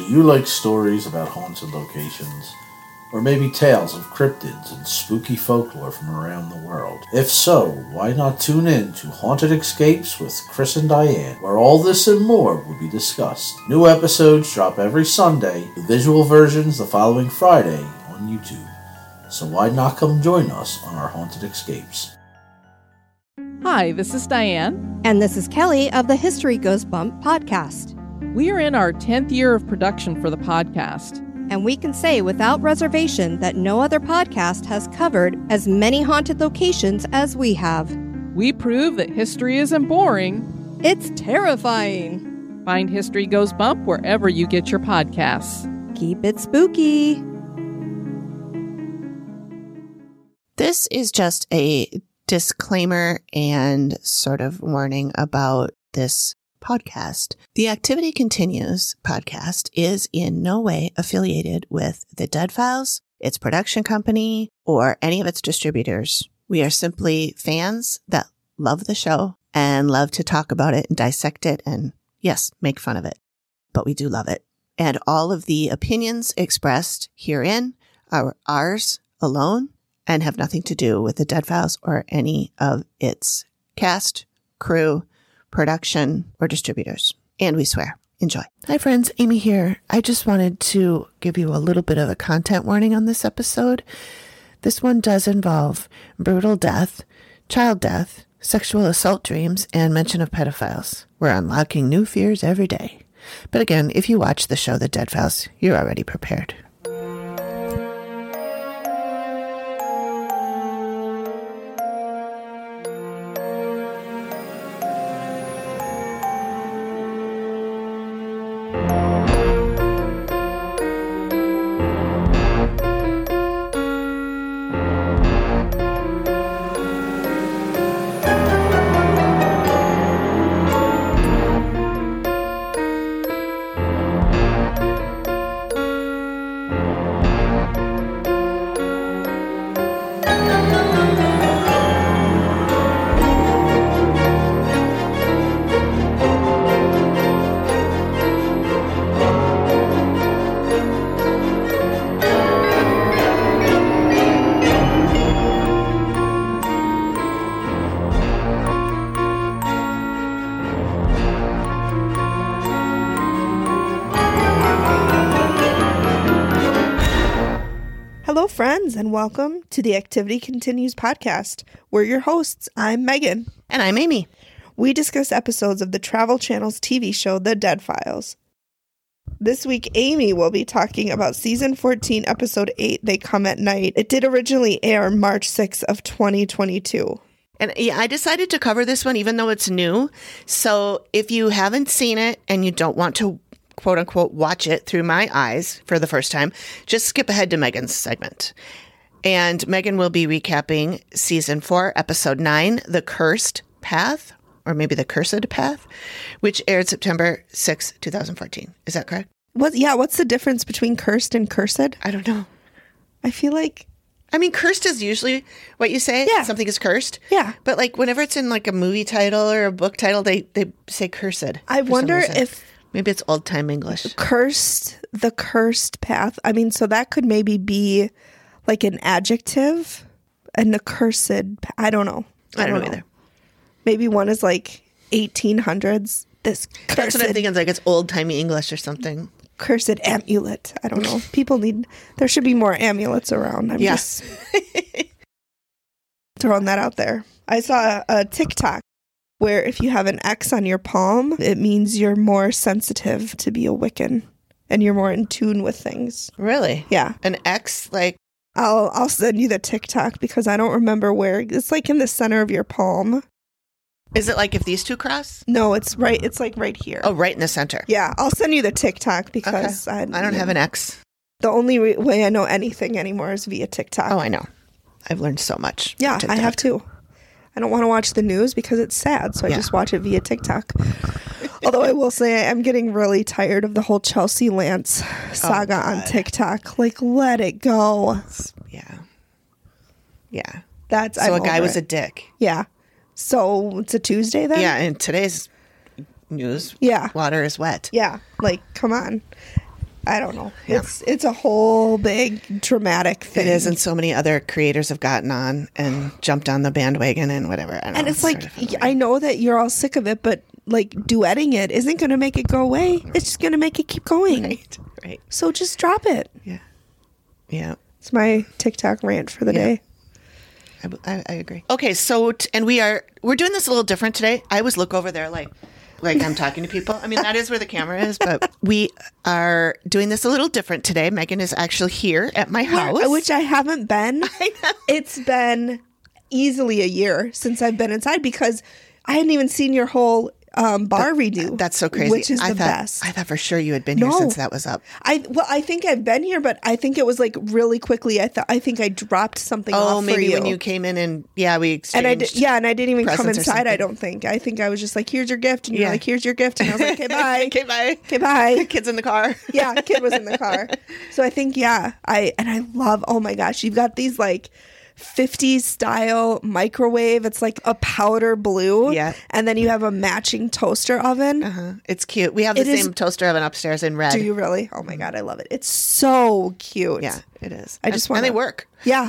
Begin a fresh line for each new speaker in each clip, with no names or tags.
You like stories about haunted locations, or maybe tales of cryptids and spooky folklore from around the world. If so, why not tune in to Haunted Escapes with Chris and Diane, where all this and more will be discussed. New episodes drop every Sunday, the visual versions the following Friday on YouTube. So why not come join us on our Haunted Escapes?
Hi, this is Diane.
And this is Kelly of the History Goes Bump podcast.
We are in our 10th year of production for the podcast.
And we can say without reservation that no other podcast has covered as many haunted locations as we have.
We prove that history isn't boring.
It's terrifying.
Find History Goes Bump wherever you get your podcasts.
Keep it spooky.
This is just a disclaimer and sort of warning about this podcast. The Activity Continues podcast is in no way affiliated with the Dead Files, its production company, or any of its distributors. We are simply fans that love the show and love to talk about it and dissect it and, yes, make fun of it. But we do love it. And all of the opinions expressed herein are ours alone and have nothing to do with the Dead Files or any of its cast, crew, production, or distributors. And we swear. Enjoy. Hi, friends. Amy here. I just wanted to give you a little bit of a content warning on this episode. This one does involve brutal death, child death, sexual assault dreams, and mention of pedophiles. We're unlocking new fears every day. But again, if you watch the show The Dead Files, you're already prepared.
Hello, friends, and welcome to the Activity Continues podcast. We're your hosts. I'm Megan.
And I'm Amy.
We discuss episodes of the Travel Channel's TV show, The Dead Files. This week, Amy will be talking about season 14, episode 8, They Come at Night. It did originally air March 6th of 2022.
And yeah, I decided to cover this one even though it's new. So if you haven't seen it and you don't want to quote unquote watch it through my eyes for the first time, just skip ahead to Megan's segment. And Megan will be recapping season four, episode nine, The Cursed Path, or maybe The Cursed Path, which aired September 6, 2014. Is that correct?
What, yeah, what's the difference between cursed and cursed?
I don't know.
I feel like,
I mean, cursed is usually what you say.
Yeah.
Something is cursed.
Yeah.
But like whenever it's in like a movie title or a book title, they, they say cursed.
I
for some
wonder
reason.
if
maybe it's old time English.
cursed, the cursed path, I mean, so that could maybe be like an adjective and the cursed, pa- I don't know.
I don't know either.
Maybe one is like 1800s.
That's
This
what I'm
cursed,
thinking. It's like it's old timey English or something.
cursed amulet. I don't know. People need. There should be more amulets around. I'm
Yeah.
just throwing that out there. I saw a, a TikTok where if you have an X on your palm, it means you're more sensitive to be a Wiccan and you're more in tune with things.
Really?
Yeah,
An X, like,
I'll I'll send you the TikTok because I don't remember where. It's like in the center of your palm.
is it like if these two cross?
No, it's right. It's like right here.
Oh, right in the center.
Yeah, I'll send you the TikTok because I,
I don't have an X.
The only re- way I know anything anymore is via TikTok.
Oh, I know. I've learned so much.
yeah,
from
I have
TikTok.
too. I don't want to watch the news because it's sad, so I
Yeah.
just watch it via TikTok. Although I will say I am getting really tired of the whole Chelsea Lance saga on
Oh God.
TikTok. Like, let it go.
Yeah. Yeah.
That's
So
I'm
a guy
over
was a
it.
dick.
yeah. So it's a Tuesday then.
Yeah. And today's news,
Yeah.
water is wet.
Yeah, like come on. I don't know.
Yeah.
It's it's a whole big dramatic thing.
It is, and so many other creators have gotten on and jumped on the bandwagon and whatever. I don't
And
know,
it's like
sort of
I know that you're all sick of it, but like duetting it isn't going to make it go away. It's just going to make it keep going.
right, right,
So just drop it.
yeah.
It's my TikTok rant for the
Yeah.
day.
I, I, I agree. Okay, so t- and we are we're doing this a little different today. I always look over there like like I'm talking to people. I mean that is where the camera is, but we are doing this a little different today. Megan is actually here at my house.
Where- which I haven't been. It's been easily a year since I've been inside because I hadn't even seen your whole um, bar redo.
that's so crazy.
Which is
I
the
thought,
best.
I thought for sure you had been here
No.
since that was up.
I well, I think I've been here, but I think it was like really quickly. I thought I think I dropped something.
Oh,
off
maybe
for you.
when you came in and yeah, we exchanged.
and I did, yeah, and I didn't even come
presents or
inside. I
something.
don't think. I think I was just like, "Here's your gift," and you're
Yeah.
like, "Here's your gift," and I was like, "Okay, bye,
okay, bye.
okay, bye."
Kids in the car.
yeah, kid was in the car. So I think yeah, I and I love. Oh my gosh, you've got these like. 50s style microwave. It's like a powder blue.
Yeah.
And then you have a matching toaster oven.
Uh-huh. It's cute. We have the
It is-
same toaster oven upstairs in red.
Do you really? Oh my God, I love it. It's so cute.
yeah, it is.
I just
And- and they
wanna-
work.
Yeah.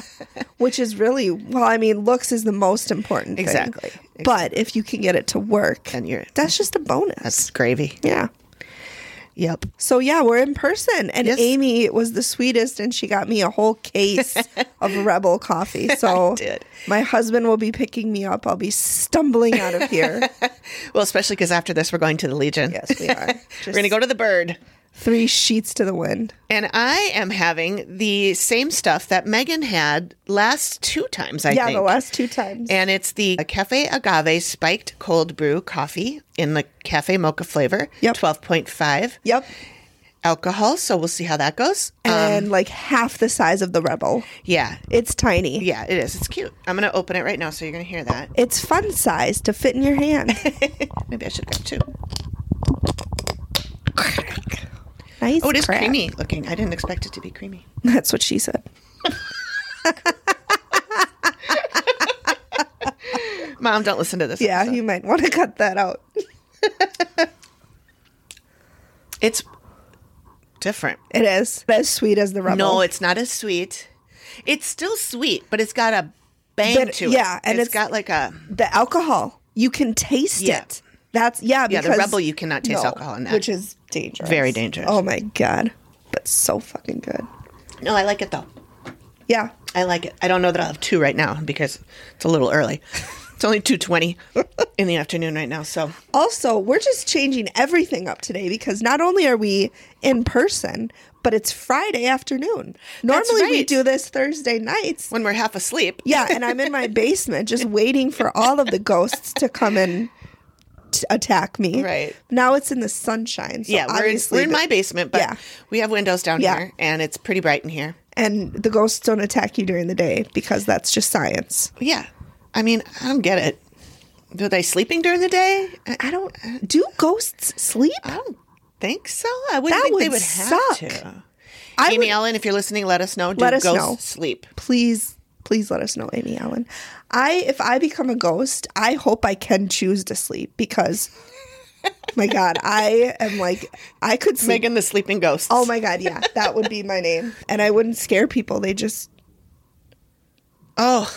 Which is really, well, I mean, looks is the most important thing.
Exactly.
But if you can get it to work,
And you're
that's just a bonus.
that's gravy.
yeah.
Yep.
So yeah, we're in person, and
Yes.
Amy was the sweetest, and she got me a whole case of Rebel coffee. So
did.
my husband will be picking me up. I'll be stumbling out of here.
Well, especially because after this, we're going to the Legion.
yes, we are.
we're going to go to the Bird.
three sheets to the wind.
And I am having the same stuff that Megan had last two times, I
yeah,
think.
the last two times.
And it's the Cafe Agave Spiked Cold Brew Coffee in the Cafe Mocha flavor,
Yep.
12.5
yep,
um, alcohol. So we'll see how that goes. Um,
and like half the size of the Rebel.
Yeah.
It's tiny.
Yeah, it is. It's cute. I'm going to open it right now so you're going to hear that.
It's fun size to fit in your hand.
Oh, Maybe I should grab two.
Nice.
Oh, it is
crab.
creamy looking. I didn't expect it to be creamy.
That's what she said.
Mom, don't listen to this.
Yeah,
episode.
you might want to cut that out.
It's different.
It is as sweet as the Rebel.
No, it's not as sweet. It's still sweet, but it's got a bang
But-
to it.
yeah, and
it's
it's-
got like a
the alcohol. You can taste
Yeah.
it. That's yeah.
yeah.
Because,
The rebel, you cannot taste
No,
alcohol in that.
which is dangerous.
Very dangerous.
Oh my god, but so fucking good.
no, I like it though.
Yeah,
I like it. I don't know that I'll have two right now because it's a little early. It's only two twenty in the afternoon right now. So
Also, we're just changing everything up today because not only are we in person, but it's Friday afternoon. Normally we
right.
do this Thursday nights.
when we're half asleep,
Yeah, and I'm in my basement just waiting for all of the ghosts to come and t- attack me.
Right.
Now it's in the sunshine. So
yeah, we're in,
obviously
we're in
the-
my basement, but
Yeah.
we have windows down
Yeah.
here, and it's pretty bright in here.
and the ghosts don't attack you during the day because that's just science.
Yeah, I mean, I don't get it. Are they sleeping during the day? I,
I don't do ghosts sleep?
I don't think so. I wouldn't
That
think they
would
would
suck.
have to.
I
Amy
would-
Ellen, if you're listening, let us know. Do
Let us
ghosts
know.
sleep?
please please let us know amy allen i if i become a ghost i hope i can choose to sleep because oh my god i am like i could sleep
Megan the sleeping ghost.
oh my god yeah that would be my name and i wouldn't scare people they just
Oh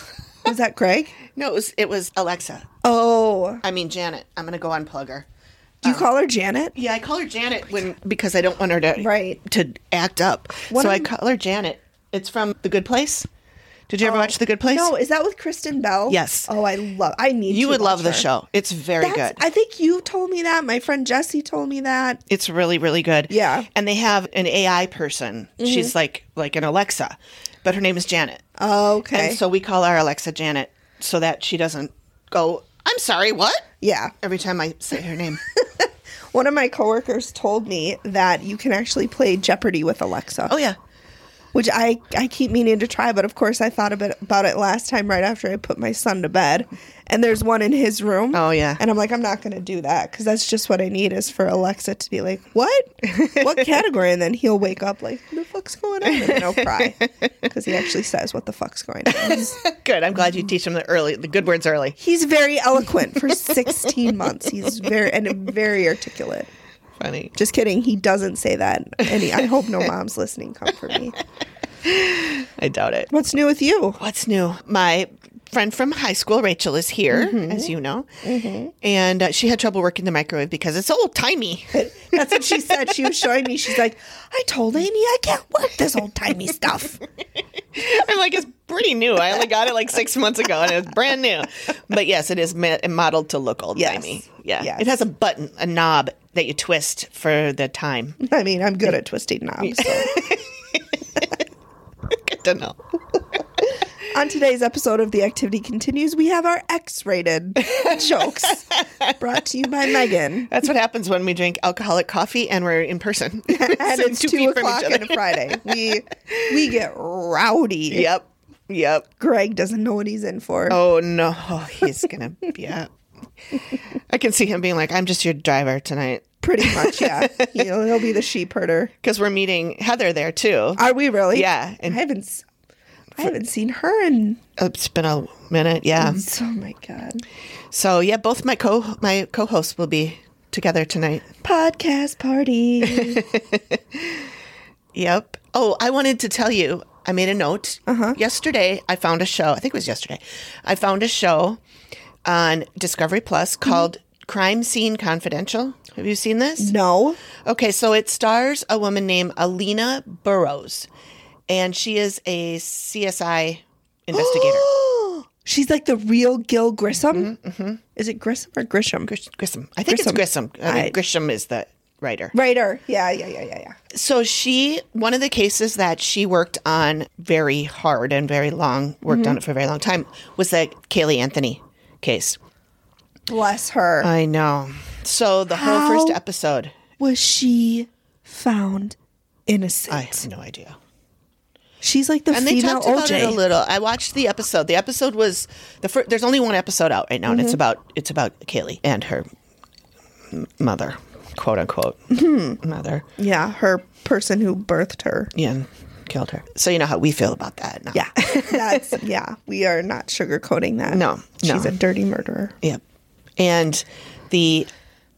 was that greg
no, it was it was Alexa.
oh
I mean Janet. I'm gonna go unplug her.
do
Uh,
you call her janet
Yeah, I call her Janet when because I don't want her to
Right.
to act up.
What
so i
I'm-
call her Janet. It's from The Good Place. Did you ever watch The Good Place?
no is that with kristen bell
Yes.
oh i love i need
you
to
would love
watch
the
her.
show. It's very
That's-
good.
i think you told me that my friend jesse told me that
It's really, really good.
Yeah. Mm-hmm.
And they have an AI person. She's like like an Alexa, but her name is Janet.
Oh, okay
And so we call our Alexa Janet so that she doesn't go, I'm sorry, what?
yeah
Every time I say her name.
One of my coworkers told me that you can actually play Jeopardy with Alexa,
oh, yeah.
which I, I keep meaning to try, but of course I thought a bit about it last time right after I put my son to bed. And there's one in his room.
Oh, yeah.
And I'm like, I'm not going to do that because that's just what I need is for Alexa to be like, what? What category? And then he'll wake up like, what the fuck's going on? And then he'll cry because he actually says what the fuck's going on.
Good. I'm glad you teach them the early, the good words early.
He's very eloquent for 16 months. He's very, and very articulate.
funny.
Just kidding. He doesn't say that. And he, I hope no mom's listening. Come for me.
I doubt it.
What's new with you?
What's new? My friend from high school, Rachel, is here,
Mm-hmm.
as you know, and uh, she had trouble working the microwave because it's old timey.
That's what she said. She was showing me. She's like, I told Amy I can't work this old timey stuff.
I'm like, it's pretty new. I only got it like six months ago, and it's brand new. But yes, it is ma- modeled to look old timey.
Yes.
Yeah,
Yes.
it has a button, a knob that you twist for the time.
I mean, I'm good at twisting knobs. so.
Good to know.
On today's episode of The Activity Continues, we have our X rated jokes brought to you by Megan.
That's what happens when we drink alcoholic coffee and we're in person.
And
Sitting
it's
two
two,
feet from each
o'clock on
other.
a Friday. We we get rowdy.
Yep. Yep.
Greg doesn't know what he's in for.
Oh no, he's gonna be up. I can see him being like, "I'm just your driver tonight,"
Pretty much, yeah. He'll, he'll be the sheep herder.
because we're meeting Heather there too.
Are we really?
Yeah, and-
I haven't. s- I haven't seen her in.
Uh, It's been a minute, yeah.
Oh my god!
So yeah, both my co my co-hosts will be together tonight.
Podcast party.
Yep. Oh, I wanted to tell you, I made a note. Yesterday, I found a show. I think it was yesterday. I found a show on Discovery Plus called Crime Scene Confidential. Have you seen this?
no,
Okay, so it stars a woman named Alina Burrows, and she is a CSI investigator.
she's like the real Gil Grissom.
Mm-hmm,
Is it Grissom or Grisham?
Grish- Grissom. I think it's Grissom. I mean,
I-
Grisham is the writer.
Writer. Yeah, yeah, yeah, yeah, yeah.
So she, one of the cases that she worked on very hard and very long, worked on it for a very long time, was the Kaylee Anthony case.
Bless her.
I know. So the
How?
whole first episode,
Was she found
I
innocent?
have no idea.
she's like the
and they
female
talked about it a
OJ.
little. I watched the episode. The episode was the first. There's only one episode out right now, and it's about it's about Kaylee and her m- mother, quote unquote mother,
Yeah, her person who birthed her.
yeah, and killed her. So you know how we feel about that. Now.
Yeah, that's yeah. We are not sugarcoating that.
No, no.
she's a dirty murderer.
Yep. And the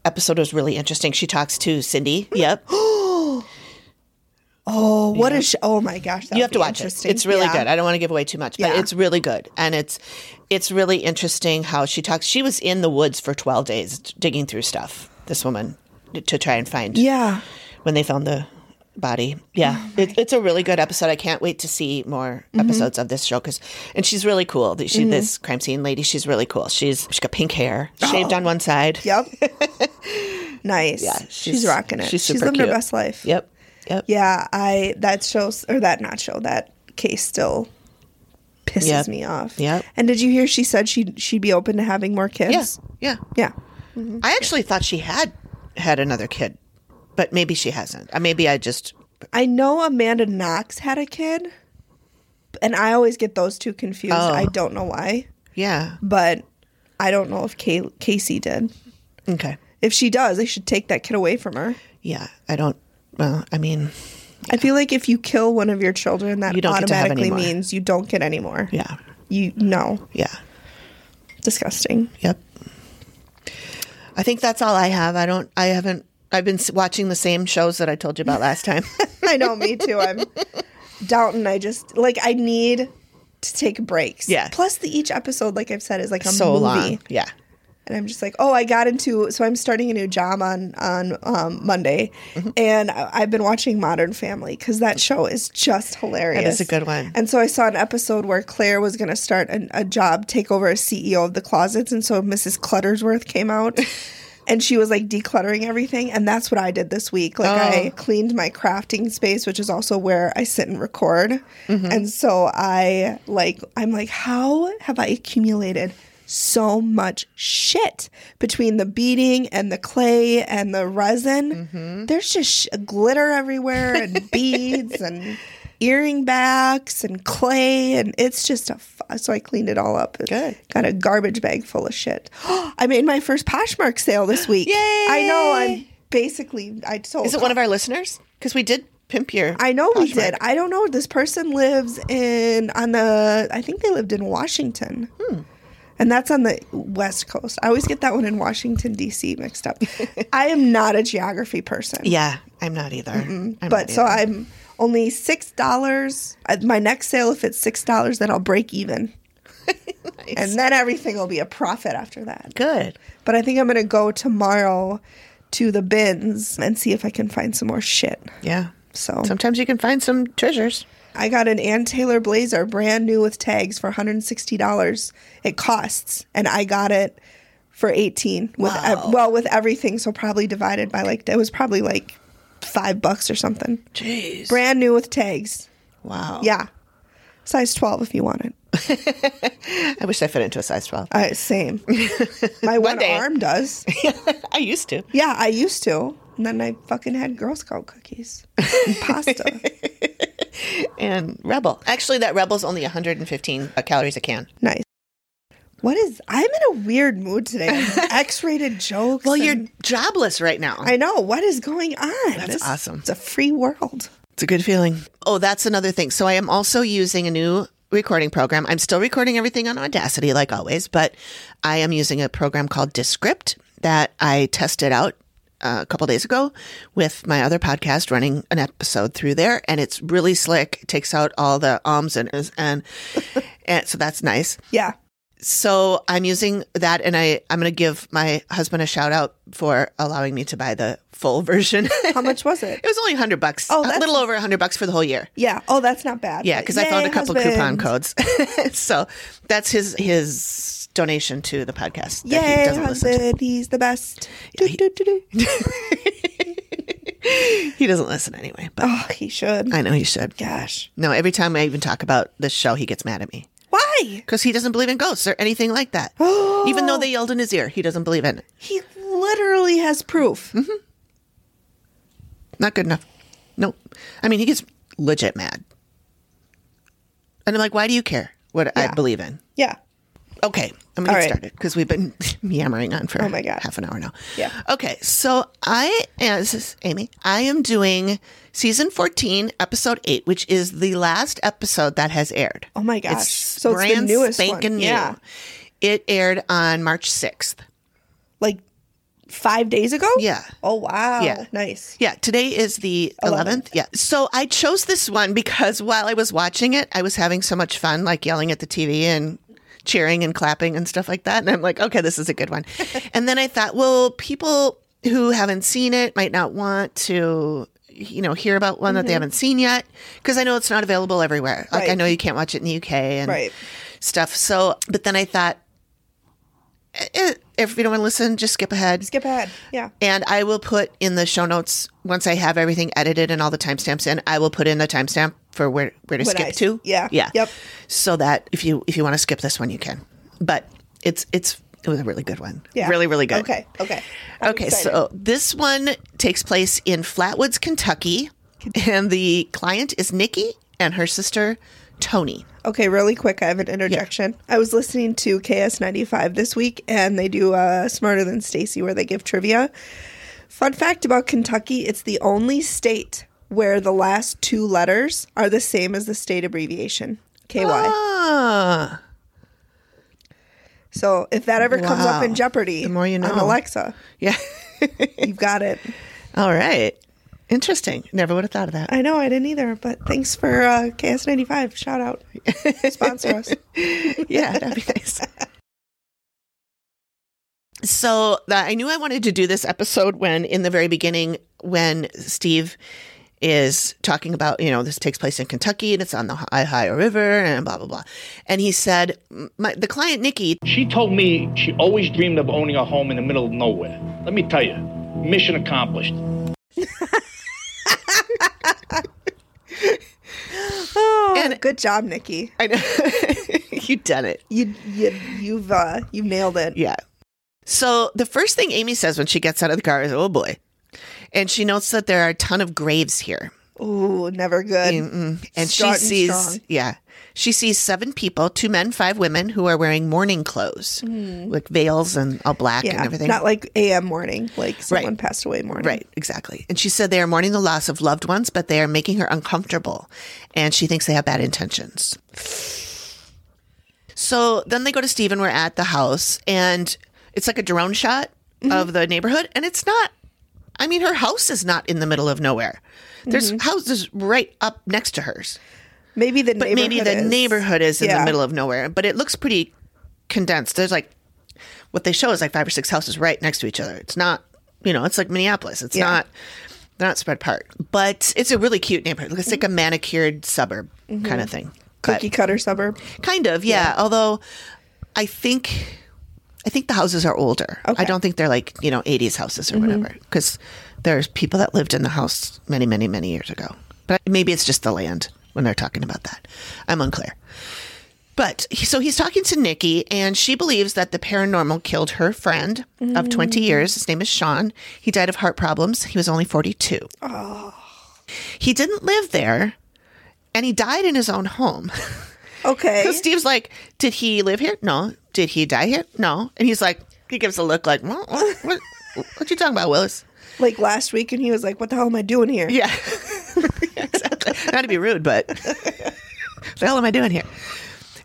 episode was really interesting. She talks to
Hmm.
Cindy. Yep.
Oh, what is? She, oh my gosh, that
you
would
have to
be
watch it.
interesting.
It's really
Yeah.
good. I don't want to give away too much, but
Yeah.
it's really good, and it's it's really interesting how she talks. She was in the woods for twelve days digging through stuff. This woman to try and find
Yeah, Oh
when they found the body. Yeah, it, it's a really good episode. I can't wait to see more
Mm-hmm.
episodes of this show because, and she's really cool. She this crime scene lady. She's really cool. She's she's got pink hair, shaved
Oh.
on one side.
yep. nice. Yeah, she's, rocking it. She's, living her
cute.
best life.
Yep. Yep.
Yeah, I that shows or that not show that case still pisses
Yep.
me off.
Yep.
And did you hear she said she would she'd be open to having more
Yeah.
kids?
Yeah.
Yeah.
I actually thought she had had another kid, but maybe she hasn't. Uh, Maybe I just
I know Amanda Knox had a kid, and I always get those two confused.
Oh.
I don't know why,
yeah.
but I don't know if Kay- Casey did.
Okay.
If she does, they should take that kid away from her.
Yeah. I don't. Well, I mean,
I feel like if you kill one of your children, that
You don't get to have any
automatically
more.
means you don't get any more.
yeah.
You no,
Yeah.
disgusting.
Yep. I think that's all I have. I don't. I haven't. I've been s- watching the same shows that I told you about last time.
I know, me too. I'm Downton. I just like I need to take breaks.
Yeah.
Plus, the each episode, like I've said, is like a
so
movie,
long. Yeah.
and I'm just like, oh, I got into. So I'm starting a new job on on um, Monday,
Mm-hmm.
and I- I've been watching Modern Family because that show is just hilarious.
a good one.
And so I saw an episode where Claire was going to start an, a job, take over as CEO of the closets, and so Mrs. Cluttersworth came out. And she was like decluttering everything, and that's what I did this week. Like I cleaned my crafting space, which is also where I sit and record. And so I like I'm like, how have I accumulated so much shit between the beading and the clay and the resin? There's just sh- glitter everywhere and beads and earring backs and clay and it's just a f- so i cleaned it all up
Good.
got a garbage bag full of shit i made my first poshmark sale this week i know i'm basically i told
Is it one of our listeners? Because we did pimp your.
i know we
Poshmark.
did i don't
Hmm.
know this person lives in on the i think they lived in washington And that's on the West Coast. I always get that one in Washington, D.C. mixed up. I am not a geography person.
Yeah, I'm not either. I'm
but
not
so
either.
I'm only $6. At My next sale, if it's $6, then I'll break even. And then everything will be a profit after that.
good.
But I think I'm going to go tomorrow to the bins and see if I can find some more shit.
Yeah.
So
Sometimes you can find some treasures.
I got an Ann Taylor blazer, brand new with tags, for $160. It costs, and I got it for 18 with ev- well with everything. So probably divided by like it was probably like five bucks or something.
Jeez.
Brand new with tags.
Wow.
Yeah, size 12 if you want it.
I wish I fit into a size 12.
Uh, same. My one
day.
arm does.
I used to.
Yeah, I used to. And then I fucking had Girl Scout cookies and pasta.
And Rebel. Actually, that Rebel's only 115 calories a can.
Nice. What is? I'm in a weird mood today. X-rated jokes.
Well, you're
and-
jobless right now.
I know. What is going on?
That's awesome.
It's a free world.
It's a good feeling. Oh, that's another thing. So I am also using a new recording program. I'm still recording everything on Audacity, like always, but I am using a program called Descript that I tested out uh, a couple days ago with my other podcast, running an episode through there, and it's really slick. It takes out all the ums and is and and so that's nice
Yeah.
so I'm using that, and I I'm gonna give my husband a shout out for allowing me to buy the full version.
How
it
much was it?
was only hundred bucks.
Oh,
a
that's-
little over hundred bucks for the whole year.
Yeah. Oh, that's not bad.
Yeah, because I found
Yay,
a couple
husband.
coupon codes. so that's his his donation to the podcast. that he
Yay,
doesn't listen to.
husband. He's the best. Do,
he-
do, do, do.
He doesn't listen anyway, but
Oh, he should.
I know he should.
Gosh.
No, every time I even talk about this show, he gets mad at me
Why?
because he doesn't believe in ghosts or anything like that. even though they yelled in his ear, he doesn't believe in it.
He literally has proof.
Mm-hmm. Not good enough. Nope. I mean, he gets legit mad. And I'm like, why do you care what I
Yeah.
believe in?
Yeah.
Okay, I'm gonna
All
get
right.
started because we've been yammering on for
Oh my God.
half an hour now.
Yeah.
Okay, so I and this is Amy. I am doing season 14, episode eight, which is the last episode that has aired.
Oh my gosh. So it's the
brand
newest one.
spanking new.
Yeah.
It aired on March 6th.
Like five days ago?
Yeah.
Oh, wow.
Yeah.
Nice.
Yeah, today is the 11th.
11th.
Yeah. So I chose this one because while I was watching it, I was having so much fun, like yelling at the TV and cheering and clapping and stuff like that. And I'm like, okay, this is a good one. and then I thought, well, people who haven't seen it might not want to, you know, hear about one that they haven't seen yet because I know it's not available everywhere. Like, I
Mm-hmm. Right.
know you can't watch it in the UK and
Right.
stuff. So, but then I thought, eh, if you don't want to listen, just skip ahead.
Skip ahead. Yeah.
And I will put in the show notes once I have everything edited and all the timestamps in. I will put in the timestamp for where where to
When
skip
I-
to.
yeah.
yeah,
Yep.
So that if you if you want to skip this one, you can. But it's it's it was a really good one.
Yeah.
really really good.
Okay. Okay. I'm
Okay,
excited.
so this one takes place in Flatwoods, Kentucky, and the client is Nikki and her sister Tony.
Okay, really quick, I have an interjection. I was listening to KS95 this week, and they do uh, Smarter Than Stacy, where they give trivia. Fun fact about Kentucky it's the only state where the last two letters are the same as the state abbreviation, KY.
Ah,
So if that ever comes up
Wow.
in Jeopardy
The more you
on
know.
Alexa,
yeah.
you've got it.
all right. Interesting. Never would have thought of that.
I know, I didn't either, but thanks for uh, KS95. Shout out. Sponsor us.
yeah, that'd be nice. So the, I knew I wanted to do this episode when, in the very beginning, when Steve is talking about, you know, this takes place in Kentucky and it's on the Hi- Ohio River and blah, blah, blah. And he said, my, the client, Nikki,
She told me she always dreamed of owning a home in the middle of nowhere. Let me tell you, mission accomplished.
Oh,
And-
good job, Nikki.
I know you done it.
You, you, you've, uh, you've nailed it.
Yeah. So the first thing Amy says when she gets out of the car is, oh boy. And she notes that there are a ton of graves here.
Ooh, never good.
Mm-mm. And
Starting
she sees,
strong.
yeah, she sees seven people, two men, five women, who are wearing mourning clothes, like veils and all black
Mm-hmm. Yeah,
and everything.
not like AM morning, like someone
Right.
passed away morning.
right, exactly. And she said they are mourning the loss of loved ones, but they are making her uncomfortable, and she thinks they have bad intentions. So then they go to Steve and we're at the house and it's like a drone shot
Mm-hmm.
of the neighborhood and it's not I mean her house is not in the middle of nowhere. There's
Mm-hmm.
houses right up next to hers.
Maybe the
But maybe the
is.
neighborhood is in
Yeah.
the middle of nowhere, but it looks pretty condensed. There's like what they show is like five or six houses right next to each other. It's not, you know, it's like Minneapolis. It's
Yeah.
not they're not spread apart, but it's a really cute neighborhood. It's like a manicured suburb kind of thing. But-
Mm-hmm. cookie cutter suburb.
Kind of, yeah. Although I think I think the houses are older. I don't think they're like, you know, 80s houses or whatever cuz there's people that lived in the house many, many, many years ago. But maybe it's just the land when they're talking about that. I'm unclear. But he- so he's talking to Nikki, and she believes that the paranormal killed her friend of 20 years. His name is Sean. He died of heart problems. He was only 42. He didn't live there, and he died in his own home.
Okay.
Because Steve's like, did he live here? No. Did he die here? No. And he's like, he gives a look like, well, what, what, what you talking about, Willis?
Like last week, and he was like, "What the hell am I doing here?"
Yeah. Yeah, exactly. Not to be rude, but the hell am I doing here?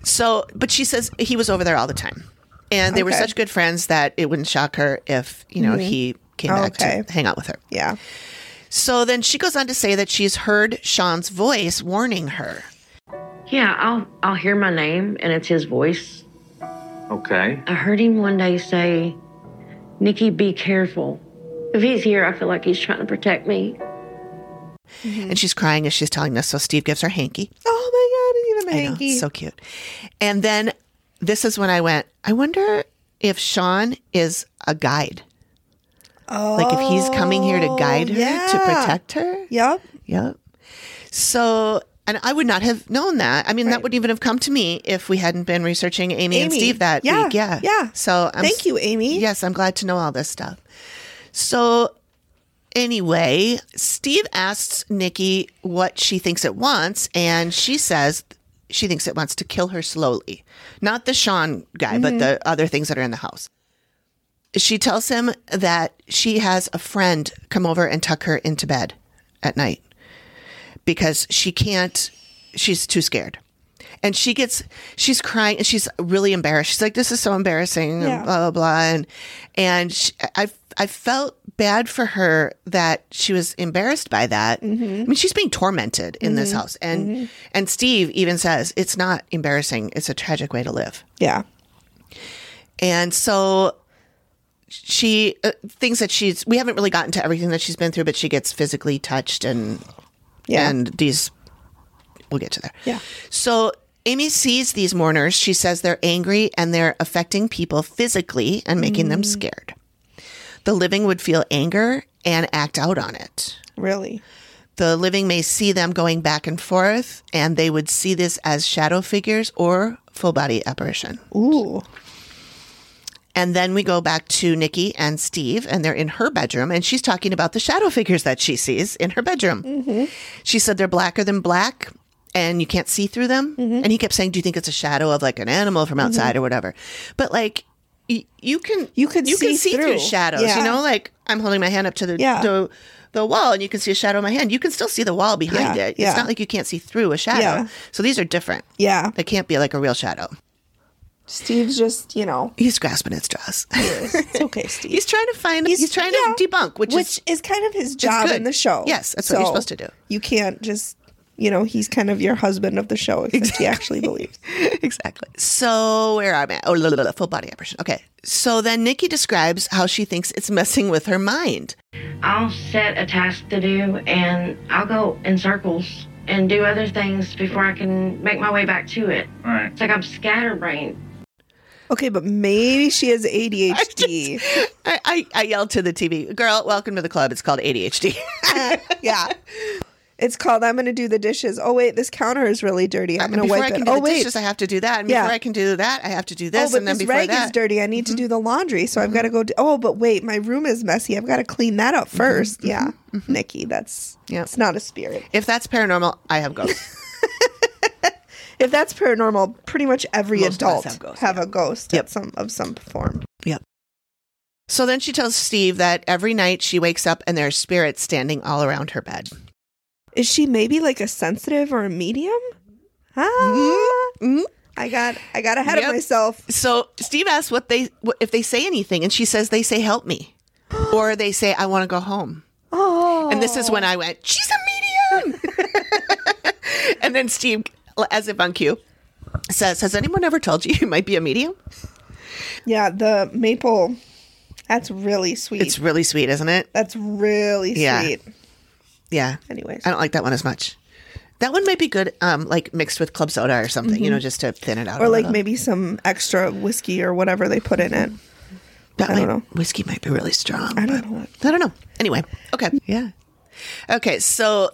So, but she says he was over there all the time. And they were
Okay. Mm-hmm.
such good friends that it wouldn't shock her if, you know, he came back
Okay.
to hang out with her.
Yeah.
So then she goes on to say that she's heard Sean's voice warning her.
Yeah, I'll I'll hear my name and it's his voice.
Okay.
I heard him one day say, "Nikki, be careful. If he's here, I feel like he's trying to protect me."
Mm-hmm.
And she's crying as she's telling this. So Steve gives her hanky.
Oh my god! and Even the
I know,
hanky.
so cute. And then this is when I went, I wonder if Sean is a guide.
oh,
Like if he's coming here to guide her, to
yeah.
protect her.
Yep.
Yep. So, and I would not have known that. I mean, that
Right.
wouldn't even have come to me if we hadn't been researching Amy, and
Amy.
Steve that
Yeah,
week. Yeah.
yeah.
So I'm,
Thank you, Amy.
Yes, I'm glad to know all this stuff. So, anyway, Steve asks Nikki what she thinks it wants, and she says she thinks it wants to kill her slowly. Not the Sean guy, but the other things that are in the house. She tells him that she has a friend come over and tuck her into bed at night because she can't, she's too scared. And she gets, she's crying and she's really embarrassed. She's like, this is so embarrassing,
Yeah.
and blah, blah, blah. And, and she, I, I felt bad for her that she was embarrassed by that. I mean, she's being tormented in this house. And, and Steve even says, it's not embarrassing. It's a tragic way to live.
Yeah.
And so she uh, things that she's we haven't really gotten to everything that she's been through, but she gets physically touched and
Yeah.
and these we'll get to there.
Yeah.
So Amy sees these mourners. She says they're angry and they're affecting people physically and making
Mm.
them scared. The living would feel anger and act out on it.
really.
The living may see them going back and forth, and they would see this as shadow figures or full body apparition.
Ooh.
And then we go back to Nikki and Steve, and they're in her bedroom, and she's talking about the shadow figures that she sees in her bedroom.
Mm-hmm.
She said they're blacker than black and you can't see through them.
Mm-hmm.
And he kept saying, Do you think it's a shadow of like an animal from outside or whatever? But like, y- you can
You could
you can
see
see through,
through.
shadows
Yeah.
you know like i'm holding my hand up to the,
Yeah.
the the wall and you can see a shadow in my hand you can still see the wall behind
Yeah,
it it's
yeah.
not like you can't see through a shadow
Yeah.
so these are different
Yeah.
they can't be like a real shadow
Steve's just you know.
he's grasping at straws
It's okay, Steve.
He's trying to find. He's, trying to
yeah.
debunk, which, is
kind of his job
good.
in the show.
Yes, that's what you're supposed to do.
You can't just, you know, he's kind of your husband of the show, except he actually believes.
exactly. So where am I? Oh, la, la, la, full body apparition. Okay. So then Nikki describes how she thinks it's messing with her mind.
I'll set a task to do and I'll go in circles and do other things before I can make my way back to it.
All right.
It's like I'm scatterbrained.
Okay, but maybe she has ADHD.
I, I, I yelled to the TV, "Girl, welcome to the club. It's called ADHD."
yeah. It's called I'm going to do the dishes. Oh wait, this counter is really dirty. I'm
And Uh,
going to
before
wipe
I can
it.
do
Oh
the
wait.
dishes, I have to do that. And
Yeah.
before I can do that, I have to do
Oh,
this.
but
and then
this
before
rag
that, Mm-hmm.
is dirty. I need to do the laundry, so I've got to go. Do- oh, but wait, my room is messy. I've got to clean that
Mm-hmm.
up 1st Yeah, Nikki, that's
Yep.
it's not a spirit.
if that's paranormal, I have ghosts.
If that's paranormal, pretty much every
Most of us
adult
have
have,
ghosts,
a ghost
Yep.
at some of some form.
so then she tells Steve that every night she wakes up and there are spirits standing all around her bed.
Is she maybe like a sensitive or a medium? Ah,
Mm,
I got I got ahead
Yep.
of myself.
So Steve asks what they what, if they say anything, and she says they say help me, or they say I want to go home.
Oh,
And this is when I went, she's a medium. and then Steve, as if on cue, says, "Has anyone ever told you you might be a medium?"
yeah, the maple. That's really sweet.
It's really sweet, isn't it?
that's really
Yeah.
sweet.
Yeah.
Anyways.
I don't like that one as much. That one might be good, um, like mixed with club soda or something, you know, just to thin it out.
Or
a
like
little.
maybe some extra whiskey or whatever they put in it.
That
I don't
might-
know.
Whiskey might be really strong.
I don't
but-
know what-
I don't know. Anyway, okay, yeah, okay. So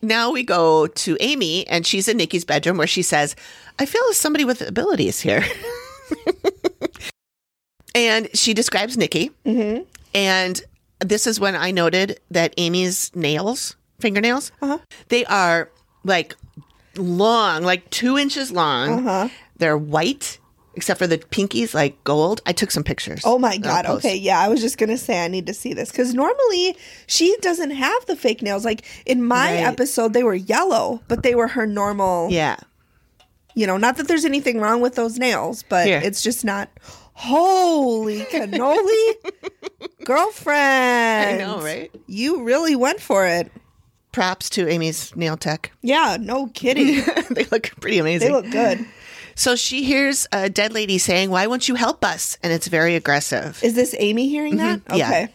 now we go to Amy, and she's in Nikki's bedroom where she says, "I feel as somebody with abilities here," and she describes Nikki.
Mm-hmm.
And this is when I noted that Amy's nails, fingernails,
Uh-huh.
they are like long, like two inches long.
Uh-huh.
They're white. Except for the pinkies, like gold. I took some pictures.
Oh my
I'll
god.
post.
Okay, yeah, I was just gonna say I need to see this because normally she doesn't have the fake nails. Like in my
Right.
episode, they were yellow, but they were her normal.
Yeah.
You know, not that there's anything wrong with those nails, but
Here.
it's just not. Holy cannoli, girlfriend!
I know, right?
You really went for it.
Props to Amy's nail tech.
Yeah, no kidding.
they look pretty amazing.
they look good.
so she hears a dead lady saying, Why won't you help us? And it's very aggressive.
Is this Amy hearing that?
Mhm, yeah.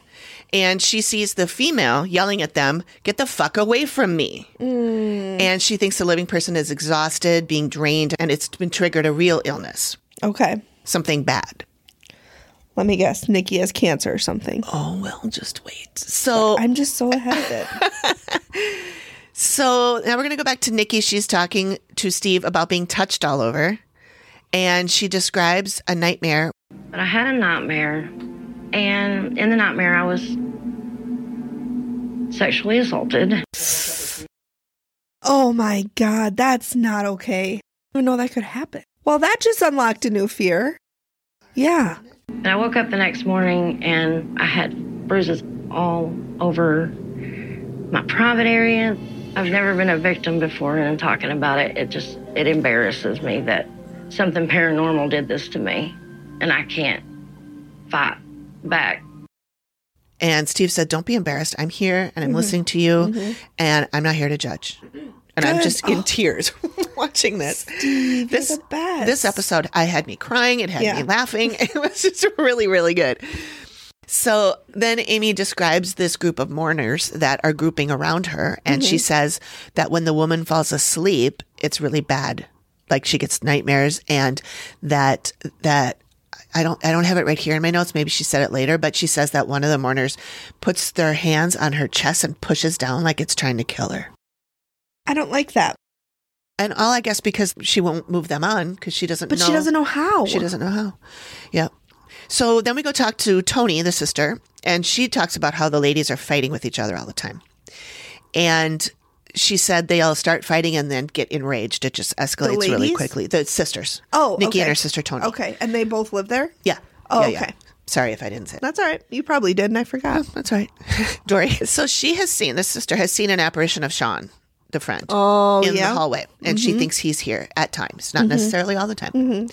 And she sees the female yelling at them, Get the fuck away from me. And she thinks the living person is exhausted, being drained, and it's been triggered a real illness,
Okay.
something bad.
Let me guess. Nikki has cancer or something.
Oh, well, just wait. So
I'm just so ahead of it.
So now we're going to go back to Nikki. She's talking to Steve about being touched all over. And she describes a nightmare.
But I had a nightmare, and in the nightmare, I was sexually assaulted.
Oh my God, that's not okay. I didn't know that could happen. Well, that just unlocked a new fear. Yeah.
And I woke up the next morning and I had bruises all over my private area. I've never been a victim before, and talking about it, it just it embarrasses me that something paranormal did this to me, and I can't fight back.
And Steve said, Don't be embarrassed. I'm here and I'm
Mm-hmm.
listening to you. And I'm not here to judge. And I'm
Good.
just in tears watching this.
Steve,
This-
you're the best.
This episode, I had me crying. It had me
Yeah.
laughing. It was just really, really good. So then Amy describes this group of mourners that are grouping around her. And
Mm-hmm.
she says that when the woman falls asleep, it's really bad. Like she gets nightmares and that, that, I don't I don't have it right here in my notes. Maybe she said it later, but she says that one of the mourners puts their hands on her chest and pushes down like it's trying to kill her.
I don't like that.
And all I guess because she won't move them on because she doesn't
But
know
she doesn't know how.
she doesn't know how. Yeah. So then we go talk to Tony, the sister, and she talks about how the ladies are fighting with each other all the time. And she said they all start fighting and then get enraged. It just escalates really
ladies?
quickly. The sisters.
Oh,
Nikki and
okay.
her sister Tony.
Okay. And they both live there?
Yeah.
Oh,
Yeah, yeah.
okay.
Sorry if I didn't say that.
That's all right. You probably did, and I forgot.
That's all right. Dory. So she has seen, the sister has seen an apparition of Sean, the friend,
Oh,
in
yeah?
the hallway. And she thinks he's here at times, not necessarily all the time.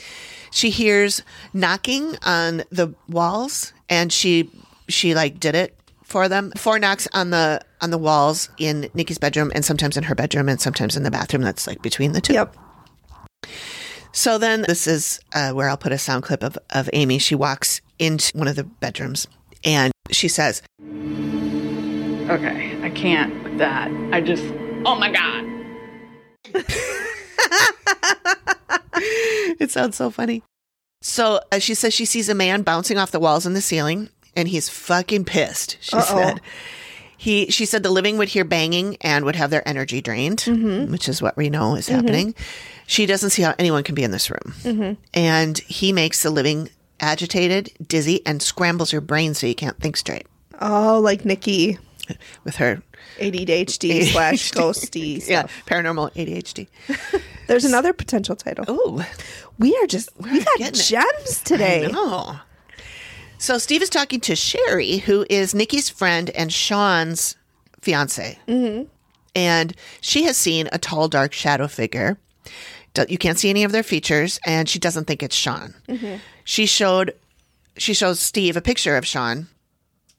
She hears knocking on the walls and she, she like did it for them. Four knocks on the, on the walls in Nikki's bedroom and sometimes in her bedroom and sometimes in the bathroom. That's like between the two.
Yep.
So then this is uh, where I'll put a sound clip of, of Amy. She walks into one of the bedrooms and she says,
Okay, I can't with that. I just, oh my God.
it sounds so funny. So uh, she says she sees a man bouncing off the walls and the ceiling, and he's fucking pissed. She said he. She said the living would hear banging and would have their energy drained, which is what we know is happening. She doesn't see how anyone can be in this room, and he makes the living agitated, dizzy, and scrambles your brain so you can't think straight.
Oh, like Nikki,
With her,
ADHD slash ghosty.
yeah,
Stuff.
paranormal ADHD.
There's another potential title.
Oh,
We are just, we got
getting it.
gems today.
Oh. So Steve is talking to Sherry, who is Nikki's friend and Sean's fiance. Mm-hmm. And she has seen a tall, dark shadow figure do- you can't see any of their features, and she doesn't think it's Sean. She showed she shows Steve a picture of Sean,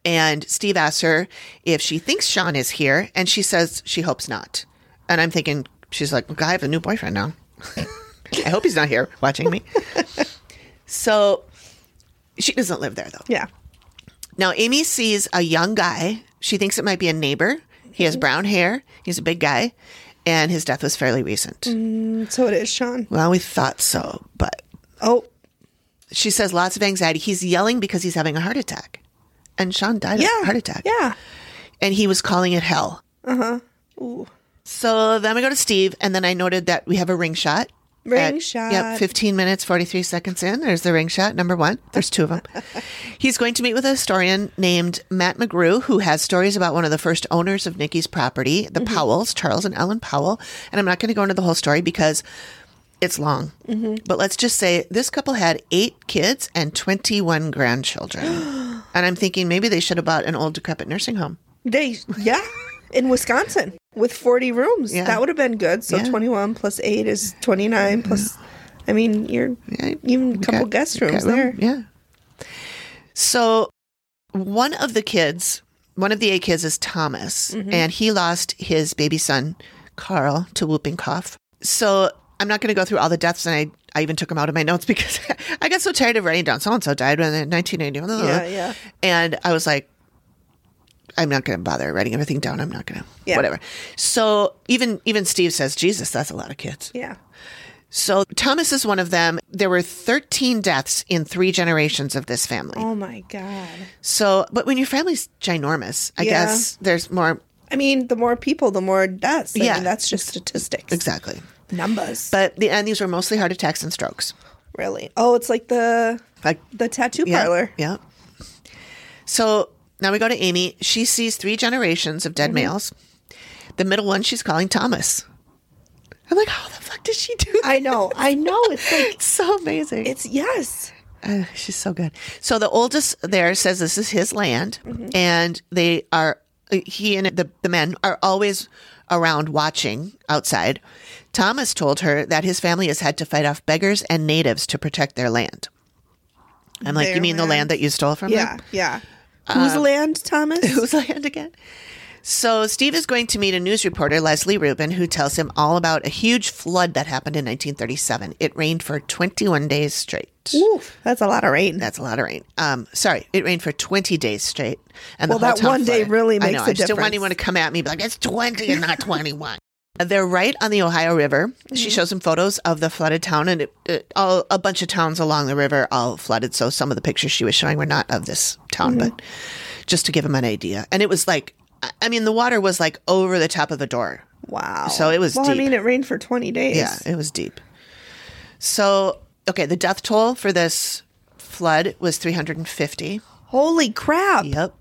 and Steve asks her if she thinks Sean is here, and she says she hopes not. And I'm thinking she's like, "Well, I have a new boyfriend now. I hope he's not here watching me." so she doesn't live there though.
Yeah.
Now, Amy sees a young guy. She thinks it might be a neighbor. He has brown hair. He's a big guy. And his death was fairly recent.
So it is Sean.
Well, we thought so, but
Oh,
she says lots of anxiety. He's yelling because he's having a heart attack. And Sean died of
yeah.
a heart attack.
Yeah. Uh-huh.
And he was calling it hell. Uh huh. So then we go to Steve, and then I noted that we have a ring shot.
Ring
at-
shot.
Yep, 15 minutes, 43 seconds in. There's the ring shot, number one. There's two of them. He's going to meet with a historian named Matt McGrew, who has stories about one of the first owners of Nikki's property, the
Mm-hmm.
Powells, Charles and Ellen Powell. And I'm not going to go into the whole story because it's long.
Mm-hmm.
But let's just say this couple had eight kids and 21 grandchildren. and I'm thinking maybe they should have bought an old, decrepit nursing home.
They, yeah. In Wisconsin with 40 rooms.
Yeah.
That would have been good. So
Yeah. Mm-hmm.
21 plus 8 is 29 plus, I mean, you're
Yeah,
even a
we
couple
got-
guest
we
rooms
got
there.
room, Yeah. So one of the kids, one of the eight kids is Thomas,
Mm-hmm.
and he lost his baby son, Carl, to whooping cough. So I'm not going to go through all the deaths, and I, I even took them out of my notes because I got so tired of writing down so and so died when in 1991.
Yeah, yeah.
And I was like, I'm not going to bother writing everything down. I'm not going to,
Yeah.
whatever. So even even Steve says, Jesus, that's a lot of kids.
Yeah.
So Thomas is one of them. There were 13 deaths in three generations of this family.
Oh my God.
So, but when your family's ginormous, I
Yeah.
guess there's more.
I mean, the more people, the more deaths. I
Yeah.
mean, that's just statistics.
Exactly.
Numbers.
But the and these were mostly heart attacks and strokes.
really. Oh, it's like the
Like
the tattoo
yeah,
parlor.
Yeah. So now we go to Amy. She sees three generations of dead
Mm-hmm.
males. The middle one she's calling Thomas. I'm like, how the fuck did she do that?
I know. I know. It's like
It's so amazing.
it's yes.
Uh, she's so good. So the oldest there says this is his land,
Mm-hmm.
and they are uh, he and the the men are always around watching outside. Thomas told her that his family has had to fight off beggars and natives to protect their land. I'm like,
Their
you mean the land
land.
that you stole from
Yeah.
them?
Yeah. Whose land, Thomas?
uh, Whose land again? So Steve is going to meet a news reporter, Leslie Rubin, who tells him all about a huge flood that happened in 1937. It rained for 21 days straight.
Oof, that's a lot of rain.
That's a lot of rain. Um, sorry, it rained for 20 days straight. And
Well,
the whole
that
town
one day
flooded.
really
I
makes
know,
a
I just don't want
difference.
anyone to come at me and be like, it's 20 and not 21. They're right on the Ohio River.
Mm-hmm.
She shows him photos of the flooded town and it, it, all, a bunch of towns along the river all flooded. So some of the pictures she was showing were not of this town,
Mm-hmm.
but just to give him an idea. And it was like, I- I mean, the water was like over the top of the door.
wow.
So it was
Well, I
deep.
mean, it rained for twenty days.
Yeah, it was deep. So, okay, the death toll for this flood was 350.
Holy crap!
Yep.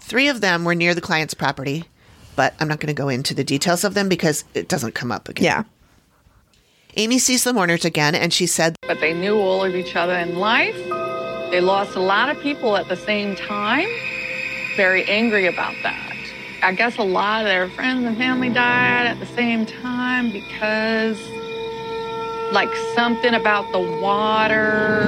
Three of them were near the client's property, but I'm not going to go into the details of them because it doesn't come up again.
Yeah.
Amy sees the mourners again and she said
But they knew all of each other in life. They lost a lot of people at the same time. Very angry about that. I guess a lot of their friends and family died at the same time because, like, something about the water.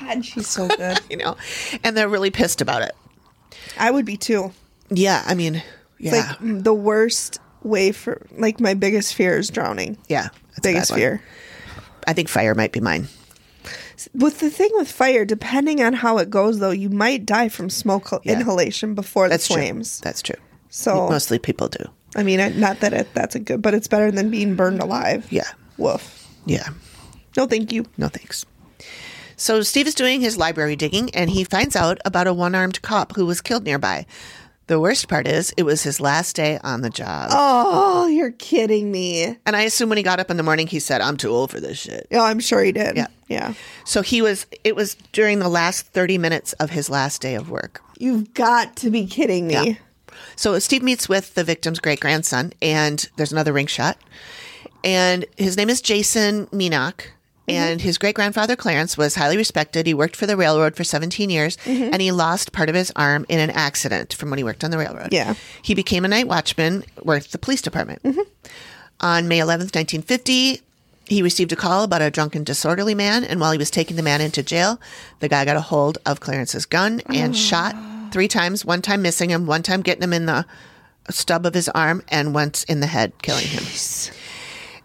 God, she's so good.
you know, and they're really pissed about it.
I would be too.
Yeah, I mean, yeah.
It's like mm, the worst way for like my biggest fear is drowning.
yeah. that's a
biggest
bad one.
fear.
I think fire might be mine.
With the thing with fire, depending on how it goes, though, you might die from smoke
Yeah.
inhalation before
That's
the flames. Oh.
true. That's true.
So,
Mostly people do.
I mean, I- not that it, that's a good, but it's better than being burned alive.
Yeah.
Woof.
Yeah.
No, thank you.
No thanks. So Steve is doing his library digging and he finds out about a one-armed cop who was killed nearby. The worst part is it was his last day on the job.
Oh, you're kidding me.
And I assume when he got up in the morning, he said, I'm too old for this shit.
Oh, I'm sure he did.
Yeah.
Yeah.
So he was, it was during the last 30 minutes of his last day of work.
You've got to be kidding me.
Yeah. So Steve meets with the victim's great grandson, and there's another ring shot. And his name is Jason Minock. And his great grandfather Clarence was highly respected. He worked for the railroad for 17 years and he lost part of his arm in an accident from when he worked on the railroad.
Yeah.
He became a night watchman, worked the police department. On May 11th, 1950, he received a call about a drunken, disorderly man, and while he was taking the man into jail, the guy got a hold of Clarence's gun and
Oh.
shot three times, one time missing him, one time getting him in the stub of his arm, and once in the head, killing him.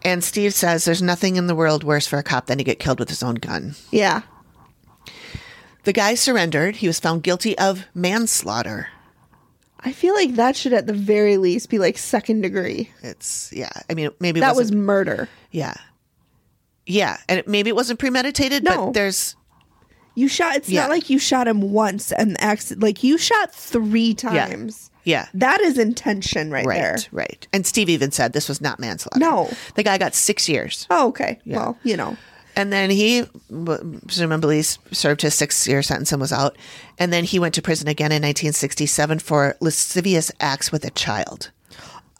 And Steve says there's nothing in the world worse for a cop than to get killed with his own gun.
Yeah.
The guy surrendered. He was found guilty of manslaughter.
I feel like that should at the very least be like second degree.
It's yeah. I mean, maybe it
that was
wasn't-
murder.
yeah, yeah, and it, maybe it wasn't premeditated,
No.
but there's
You shot it's
Yeah.
not like you shot him once and the accident like you shot three times.
yeah,
That is intention right,
right,
there.
right. And Steve even said this was not manslaughter.
No.
the guy got six years,
Oh, okay. Well, you know.
and then he w- presumably s- served his six-year sentence and was out. And then he went to prison again in 1967 for lascivious acts with a child.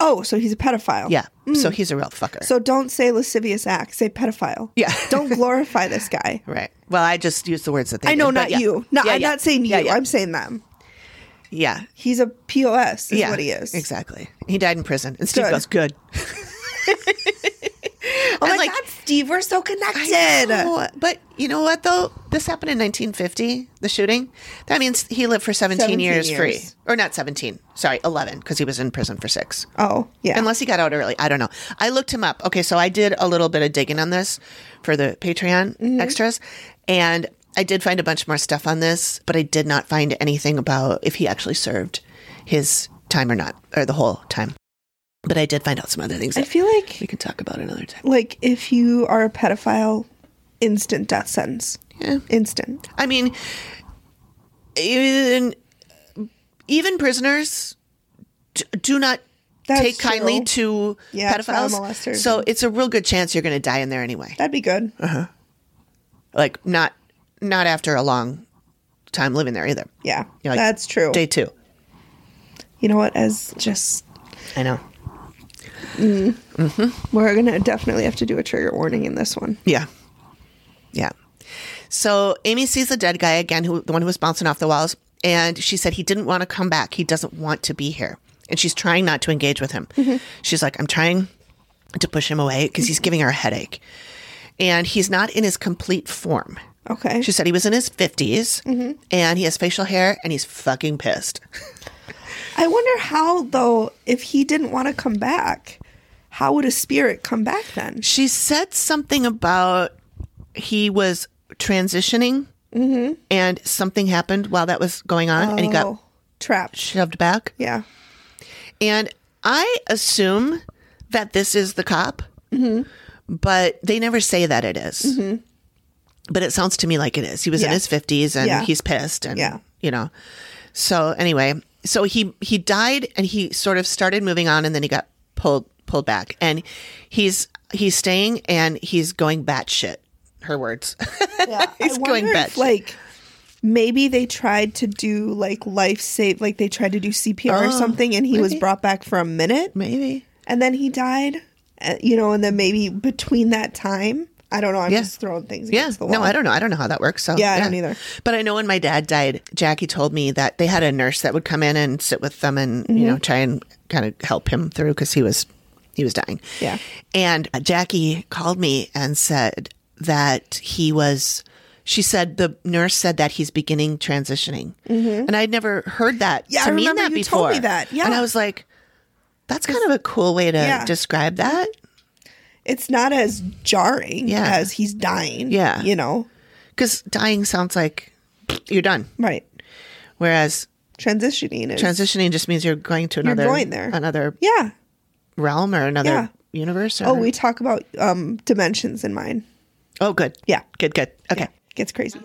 Oh, so he's a pedophile.
Yeah, so he's a real fucker.
So don't say lascivious act, say pedophile.
Yeah.
don't glorify this guy.
right. Well, I just used the words that they.
I know,
did, but
not
yeah.
you. No,
Yeah,
I'm
yeah.
not saying you.
Yeah, yeah.
I'm saying them.
yeah.
He's a POS, is what he is.
Exactly. He died in prison. And Steve
Good.
goes, good.
Oh my
like-
God, Steve, we're so
I
connected.
know. But you know what, though? This happened in 1950, the shooting. That means he lived for 17,
17
years, free.
years.
Or not 17. Sorry, 11, because he was in prison for six.
Oh, yeah.
Unless he got out early. I don't know. I looked him up. Okay, so I did a little bit of digging on this for the Patreon
Mm-hmm.
extras. And I did find a bunch more stuff on this, but I did not find anything about if he actually served his time or not, or the whole time. But I did find out some other things.
I
that
feel
we
like
can talk about another time.
like if you are a pedophile, instant death sentence.
Yeah.
Instant.
I mean, even, even prisoners d- do not
That's
take kindly to
true. Yeah, child
pedophiles.
molesters.
So it's a real good chance you're going to die in there anyway.
That'd be good.
Uh-huh. Like not not after a long time living there either.
Yeah.
You're like,
that's true.
Day two.
you know what? As just
I know.
we're gonna definitely have to do a trigger warning in this one.
Yeah. Yeah. So Amy sees the dead guy again, who the one who was bouncing off the walls, and she said he didn't want to come back. He doesn't want to be here. And she's trying not to engage with him. She's like, I'm trying to push him away because he's giving her a headache. And he's not in his complete form.
Okay.
She said he was in his 50s and he has facial hair and he's fucking pissed.
I wonder how though, if he didn't want to come back, how would a spirit come back then?
She said something about he was transitioning and something happened while that was going on and he got
Oh, trapped.
shoved back.
Yeah.
And I assume that this is the cop,
Mm-hmm.
but they never say that it is. But it sounds to me like it is. He was in
Yeah.
his 50s and
Yeah.
he's pissed and,
Yeah.
you know. So anyway, so he he died and he sort of started moving on and then he got pulled pulled back and he's he's staying and he's going batshit. Her words.
Yeah.
He's
I
going
wonder
batshit.
if, like maybe they tried to do like life save like they tried to do
Oh,
CPR or something and he was brought back for a minute
Maybe.
and then he died. Uh, You know, and then maybe between that time, I don't know, I'm
Yeah.
just throwing things
Yeah.
against the wall.
No, I don't know. I don't know how that works. So
Yeah, I don't either.
But I know when my dad died, Jackie told me that they had a nurse that would come in and sit with them and you
Mm-hmm.
know try and kind of help him through because he was he was dying.
Yeah.
And uh, Jackie called me and said that he was. She said the nurse said that he's beginning transitioning, and I'd never heard that
Mm-hmm. Yeah,
to
I
mean
remember
that
you
before.
told me that. Yeah.
and I was like, that's kind of a cool way to
Yeah.
describe that.
It's not as jarring
Yeah.
as he's dying.
Yeah.
You know?
Because dying sounds like you're done,
Right.
whereas
Transitioning is
transitioning just means you're going to another
going there.
another
Yeah.
realm or another
Yeah.
universe or,
Oh, we talk about um dimensions in mine.
oh good
Yeah.
good good okay
Gets crazy.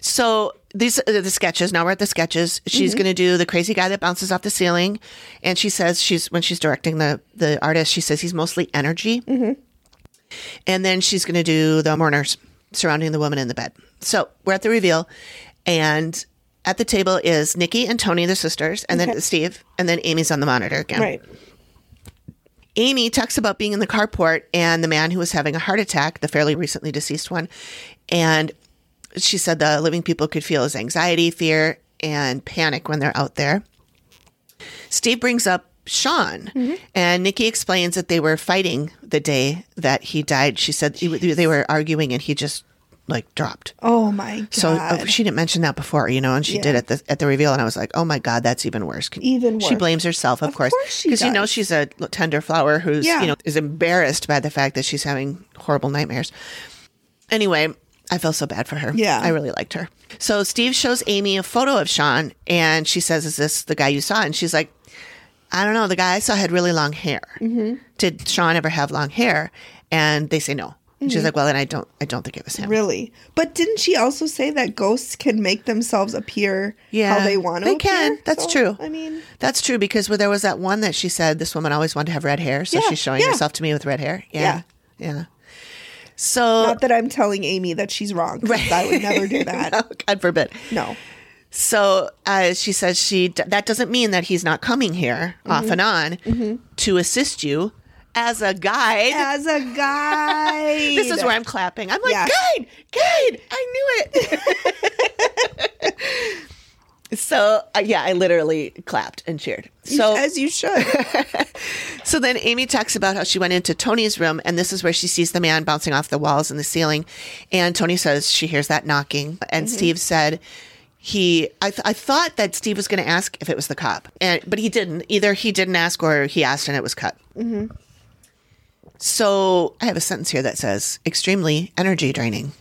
so these are the sketches now we're at the sketches she's
Mm-hmm.
going to do the crazy guy that bounces off the ceiling and she says she's when she's directing the the artist she says he's mostly energy
Mm-hmm.
and then she's going to do the mourners surrounding the woman in the bed so we're at the reveal and at the table is nikki and tony the sisters and then steve and then amy's on the monitor again
Right.
Amy talks about being in the carport and the man who was having a heart attack, the fairly recently deceased one. And she said the living people could feel his anxiety, fear, and panic when they're out there. Steve brings up Sean. And Nikki explains that they were fighting the day that he died. She said he- they were arguing and he just like dropped.
Oh my god.
So uh, she didn't mention that before, you know, and she
Yeah.
did at the at the reveal, and I was like, "Oh my god, that's even worse." Can-
Even
She
worse.
blames herself, of,
Of course she
you know
does.
she's a l- tender flower who's
Yeah.
you know is embarrassed by the fact that she's having horrible nightmares. Anyway, I feel so bad for her.
Yeah.
I really liked her. So Steve shows Amy a photo of Sean, and she says, "Is this the guy you saw?" And she's like, "I don't know. The guy I saw had really long hair.
Mm-hmm.
Did Sean ever have long hair?" And they say no. And
Mm-hmm.
she's like, "Well, then I don't. I don't think it was him."
really. But didn't she also say that ghosts can make themselves appear how they want to?
They can.
appear?
That's
So,
true.
I mean,
that's true because when there was that one that she said this woman always wanted to have red hair, so
Yeah,
she's showing
yeah.
herself to me with red hair. Yeah, yeah. So
not that I'm telling Amy that she's wrong. 'cause
Right.
I would never do that.
Oh, God forbid.
no.
So uh, she says she that doesn't mean that he's not coming here
Mm-hmm.
off and on to assist you as a guide.
As a guy.
this is where I'm clapping. I'm like,
Yeah.
guide, guide. I knew it. so uh, yeah, I literally clapped and cheered. So
as you should.
So then Amy talks about how she went into Tony's room, and this is where she sees the man bouncing off the walls and the ceiling. And Tony says she hears that knocking. And Steve said, he, I, th- I thought that Steve was going to ask if it was the cop, and but he didn't. Either he didn't ask or he asked and it was cut. So I have a sentence here that says extremely energy draining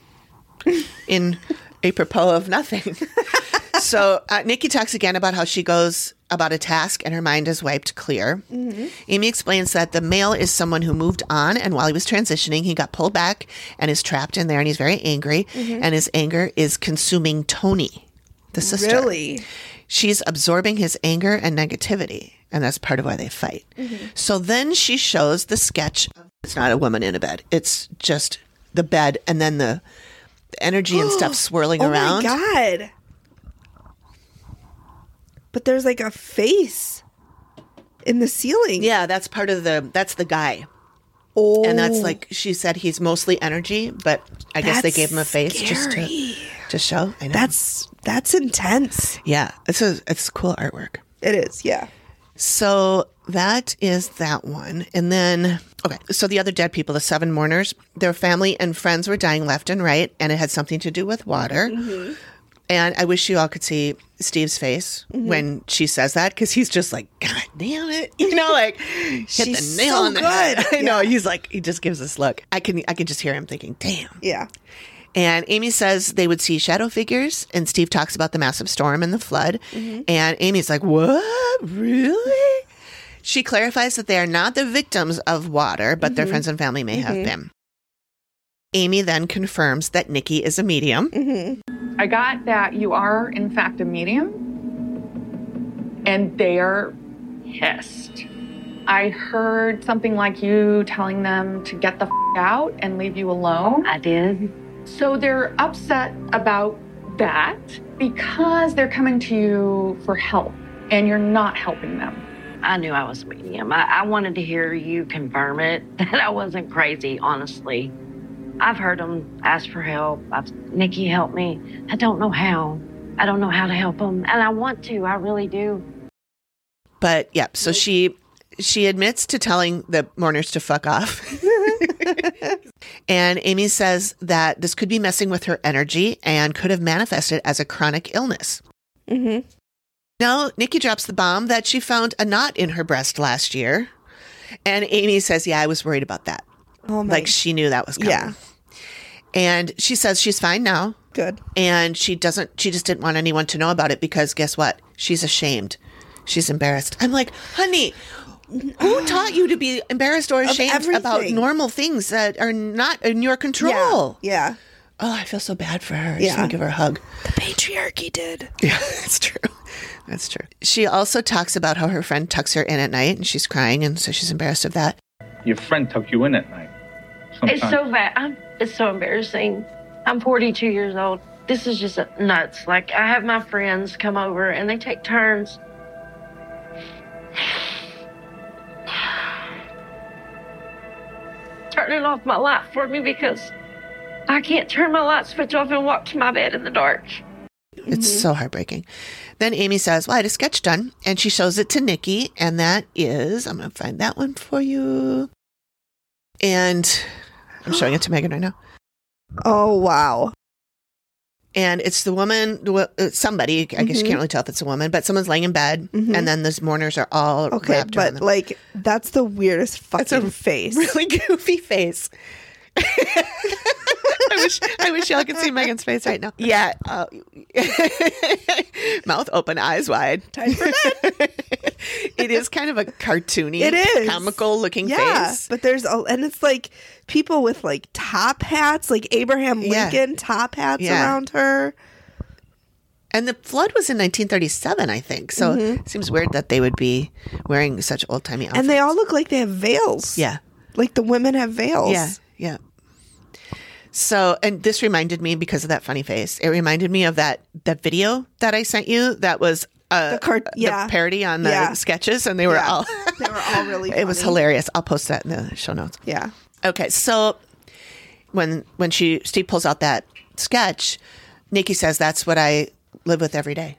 in apropos of nothing. so uh, Nikki talks again about how she goes about a task and her mind is wiped clear. Amy explains that the male is someone who moved on, and while he was transitioning, he got pulled back and is trapped in there, and he's very angry, and his anger is consuming Tony, the sister.
Really?
She's absorbing his anger and negativity, and that's part of why they fight.
Mm-hmm.
So then she shows the sketch. It's not a woman in a bed. It's just the bed, and then the, the energy and stuff swirling
Oh
around.
my god. But there's like a face in the ceiling.
Yeah, that's part of the. That's the guy,
Oh,
and that's like she said. He's mostly energy, but I guess they
That's
gave him a face just to
scary.
just show. I know.
that's that's intense.
yeah. It's a it's cool artwork.
It is, yeah.
So that is that one. And then, okay, so the other dead people, the seven mourners, their family and friends were dying left and right, and it had something to do with water.
Mm-hmm.
And I wish you all could see Steve's face
Mm-hmm.
when she says that because he's just like, God damn it. You know, like, hit
She's
the nail
so
on the head.
good.
I know. He's like, he just gives this look. I can, I can just hear him thinking, damn.
Yeah.
And Amy says they would see shadow figures, and Steve talks about the massive storm and the flood. And Amy's like, What? Really? She clarifies that they are not the victims of water, but their friends and family may have been. Amy then confirms that Nikki is a medium.
I got that you are, in fact, a medium, and they are pissed. I heard something like you telling them to get the f- out and leave you alone.
I did.
So they're upset about that because they're coming to you for help and you're not helping them.
I knew I was a medium. I, I wanted to hear you confirm it that I wasn't crazy, honestly. I've heard them ask for help. I've, Nikki, help me. I don't know how. I don't know how to help them. And I want to. I really do.
But yep, so she she admits to telling the mourners to fuck off. and Amy says that this could be messing with her energy and could have manifested as a chronic illness. Mm-hmm.
Mhm.
Now, Nikki drops the bomb that she found a knot in her breast last year. And Amy says, Yeah, I was worried about that.
Oh my
Like she knew that was coming.
Yeah.
And she says she's fine now.
Good.
And she doesn't, she just didn't want anyone to know about it because guess what? She's ashamed. She's embarrassed. I'm like, honey, who taught you to be embarrassed or ashamed about
everything.
normal things that are not in your control?
Yeah.
Oh, I feel so bad for her. I
Yeah.
just want to give her a hug.
The patriarchy did.
Yeah, that's true. That's true. She also talks about how her friend tucks her in at night and she's crying, and so she's embarrassed of that.
Your friend tucked you in at night.
It's so bad. I'm, it's so embarrassing. I'm 42 years old. This is just nuts. Like, I have my friends come over and they take turns. Turning off my light for me because I can't turn my light switch off and walk to my bed in the dark.
Mm-hmm. It's so heartbreaking. Then Amy says, Well, I had a sketch done. And she shows it to Nikki. And that is, I'm going to find that one for you. And I'm showing it to Megan right now.
Oh, wow.
And it's the woman, the wo- uh, somebody, I guess you can't really tell if it's a woman, but someone's laying in bed.
Mhm.
And then those mourners are all
Okay,
wrapped around
but
them.
like that's the weirdest
That's a
fucking face.
really goofy face. I wish I wish y'all could see Megan's face right now. Yeah, uh, mouth open, eyes wide.
Time for
it is kind of a cartoony,
It is.
comical looking
yeah,
face.
but there's a, and it's like people with like top hats, like Abraham
Yeah.
Lincoln top hats
Yeah.
around her.
And the flood was in 1937, I think. So it seems weird that they would be wearing such old timey outfits.
And they all look like they have veils.
yeah.
Like the women have veils.
Yeah, yeah. So, and this reminded me because of that funny face. It reminded me of that that video that I sent you. That was uh,
The cart- yeah.
parody on the
Yeah.
sketches, and they were
Yeah.
all
They were all really
it was
funny.
hilarious. I'll post that in the show notes.
Yeah.
Okay, so when when she Steve pulls out that sketch, Nikki says that's what I live with every day.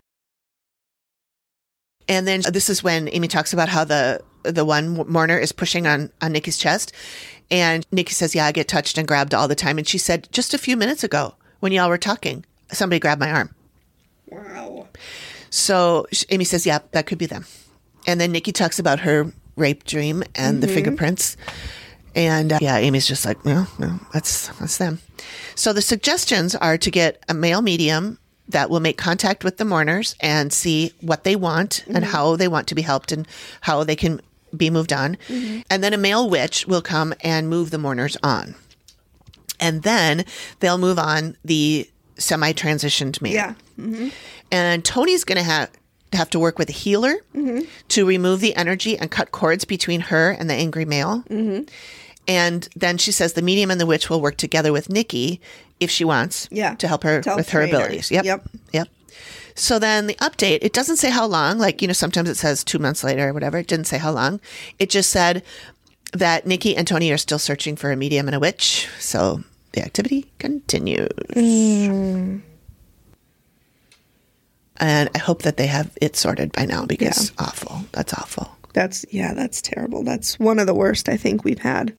And then this is when Amy talks about how the the one mourner is pushing on on Nikki's chest, and Nikki says, "Yeah, I get touched and grabbed all the time." And she said, "Just a few minutes ago, when y'all were talking, somebody grabbed my arm." So sh- Amy says, "Yeah, that could be them." And then Nikki talks about her rape dream and the fingerprints, and uh, yeah, Amy's just like, "No, no, that's that's them." So the suggestions are to get a male medium that will make contact with the mourners and see what they want and how they want to be helped and how they can be moved on, and then a male witch will come and move the mourners on, and then they'll move on the semi-transitioned man
Yeah.
and Tony's going to have have to work with a healer to remove the energy and cut cords between her and the angry male. And then she says the medium and the witch will work together with Nikki if she wants
Yeah.
to help her
To help
with her
train her.
abilities. Yep.
Yep.
Yep. So then the update, it doesn't say how long, like, you know, sometimes it says two months later or whatever. It didn't say how long. It just said that Nikki and Tony are still searching for a medium and a witch. So the activity continues. And I hope that they have it sorted by now because awful. That's awful.
That's yeah, that's terrible. That's one of the worst I think we've had.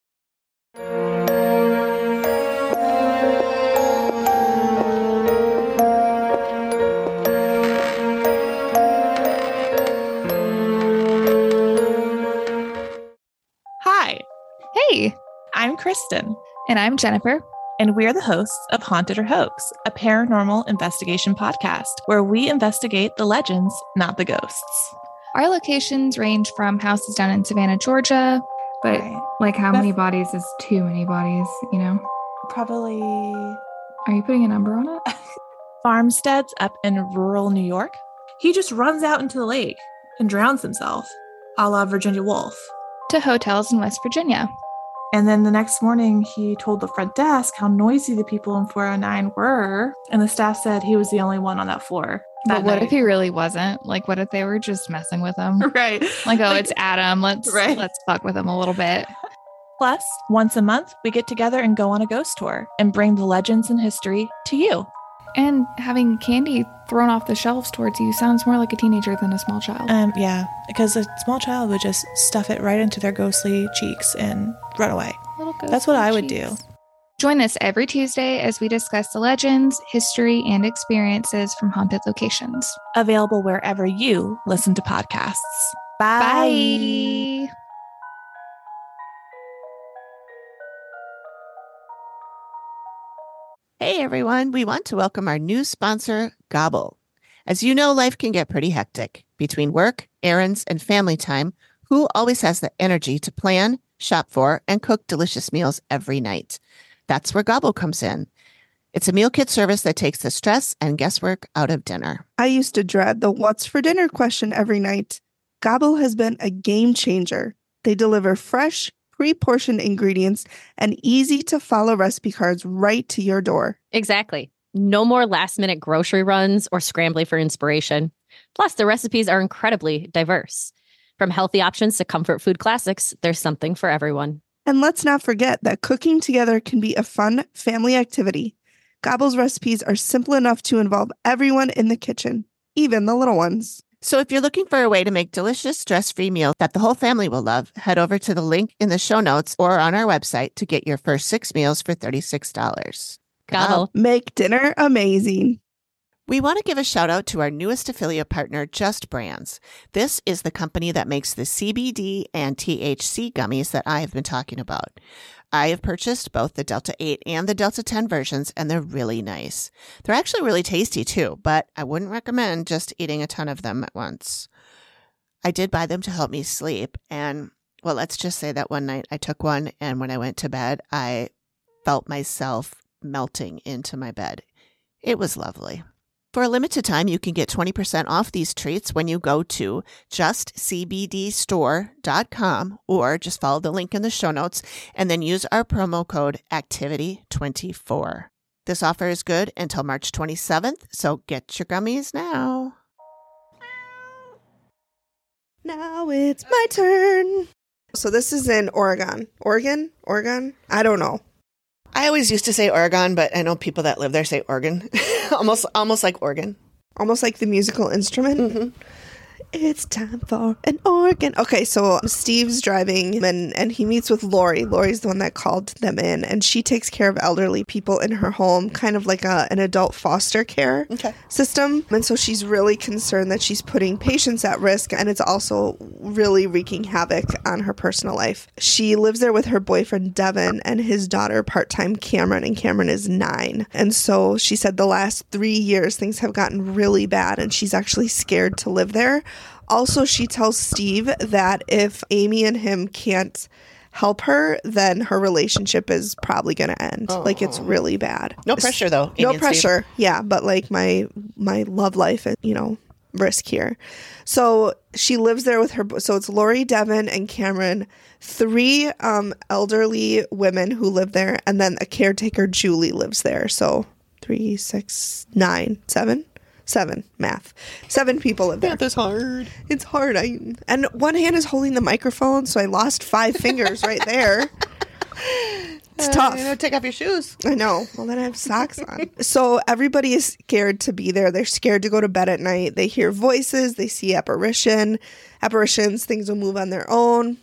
Hi. Hey, I'm Kristen. And I'm Jennifer. And we're the hosts of Haunted or Hoax, a paranormal investigation podcast where we investigate the legends, not the ghosts.
Our locations range from houses down in Savannah, Georgia, but
Right.
like how many
That's-
bodies is too many bodies, you know?
Probably
Are you putting a number on it?
farmsteads up in rural New York. He just runs out into the lake and drowns himself, a la Virginia Woolf.
to hotels in West Virginia.
And then the next morning, he told the front desk how noisy the people in 409 were. And the staff said he was the only one on that floor.
But
that
what
night.
if he really wasn't? Like what if they were just messing with him?
Right.
Like, oh, it's Adam. Let's
Right.
let's fuck with him a little bit.
Plus, once a month, we get together and go on a ghost tour and bring the legends and history to you.
And having candy thrown off the shelves towards you sounds more like a teenager than a small child.
Um, yeah, because a small child would just stuff it right into their ghostly cheeks and run away.
Little
That's what
ghostly
I would
cheeks.
do.
Join us every Tuesday as we discuss the legends, history, and experiences from haunted locations.
Available wherever you listen to podcasts. Bye.
Bye.
Hey everyone, we want to welcome our new sponsor, Gobble. As you know, life can get pretty hectic. Between work, errands, and family time, who always has the energy to plan, shop for, and cook delicious meals every night? That's where Gobble comes in. It's a meal kit service that takes the stress and guesswork out of dinner.
I used to dread the what's for dinner question every night. Gobble has been a game changer. They deliver fresh, pre portioned ingredients and easy to follow recipe cards right to your door.
Exactly. No more last minute grocery runs or scrambling for inspiration. Plus, the recipes are incredibly diverse. From healthy options to comfort food classics, there's something for everyone.
And let's not forget that cooking together can be a fun family activity. Gobble's recipes are simple enough to involve everyone in the kitchen. even the little ones.
So if you're looking for a way to make delicious stress-free meals that the whole family will love, head over to the link in the show notes or on our website to get your first six meals for $36.
Gobble.
Make dinner amazing.
We want to give a shout out to our newest affiliate partner, Just Brands. This is the company that makes the CBD and THC gummies that I have been talking about. I have purchased both the Delta 8 and the Delta 10 versions, and they're really nice. They're actually really tasty too, but I wouldn't recommend just eating a ton of them at once. I did buy them to help me sleep, and well, let's just say that one night I took one, and when I went to bed, I felt myself melting into my bed. It was lovely. For a limited time, you can get 20% off these treats when you go to justcbdstore.com or just follow the link in the show notes and then use our promo code ACTIVITY24. This offer is good until March 27th, so get your gummies now.
Now it's my turn. So this is in Oregon. Oregon? Oregon? I don't know.
I always used to say Oregon, but I know people that live there say Oregon. almost almost like Oregon.
Almost like the musical instrument. It's time for an organ. Okay, so Steve's driving and, and he meets with Lori. Lori's the one that called them in, and she takes care of elderly people in her home, kind of like a, an adult foster care
Okay.
system. And so she's really concerned that she's putting patients at risk and it's also really wreaking havoc on her personal life. She lives there with her boyfriend Devin and his daughter part time Cameron, and Cameron is nine. And so she said the last three years things have gotten really bad and she's actually scared to live there. Also, she tells Steve that if Amy and him can't help her, then her relationship is probably going to end. Like it's really bad.
Oh. No pressure though. Amy
No
and Steve.
pressure. Yeah, but like my my love life, is, you know, risk here. So she lives there with her. So it's Lori, Devon, and Cameron, three um, elderly women who live there, and then a caretaker, Julie, lives there. So three, six, nine, seven, seven math. Seven people live there.
Math is hard.
It's hard. I and one hand is holding the microphone, so I lost five fingers right there. It's tough.
Uh, take off your shoes.
I know. Well, then I have socks on. so everybody is scared to be there. They're scared to go to bed at night. They hear voices. They see apparition, apparitions. Things will move on their own.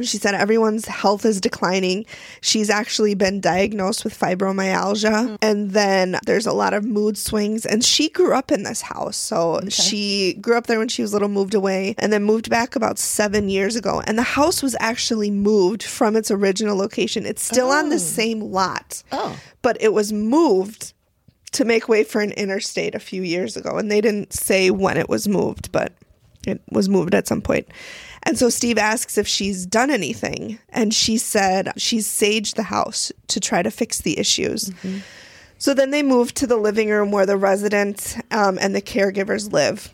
She said everyone's health is declining. She's actually been diagnosed with fibromyalgia. And then there's a lot of mood swings. And she grew up in this house. So she grew up there when she was little, moved away, and then moved back about seven years ago. And the house was actually moved from its original location. It's still on the same lot,
Oh.
but it was moved to make way for an interstate a few years ago. And they didn't say when it was moved, but it was moved at some point. And so Steve asks if she's done anything. And she said she's saged the house to try to fix the issues. So then they move to the living room where the resident um, and the caregivers live.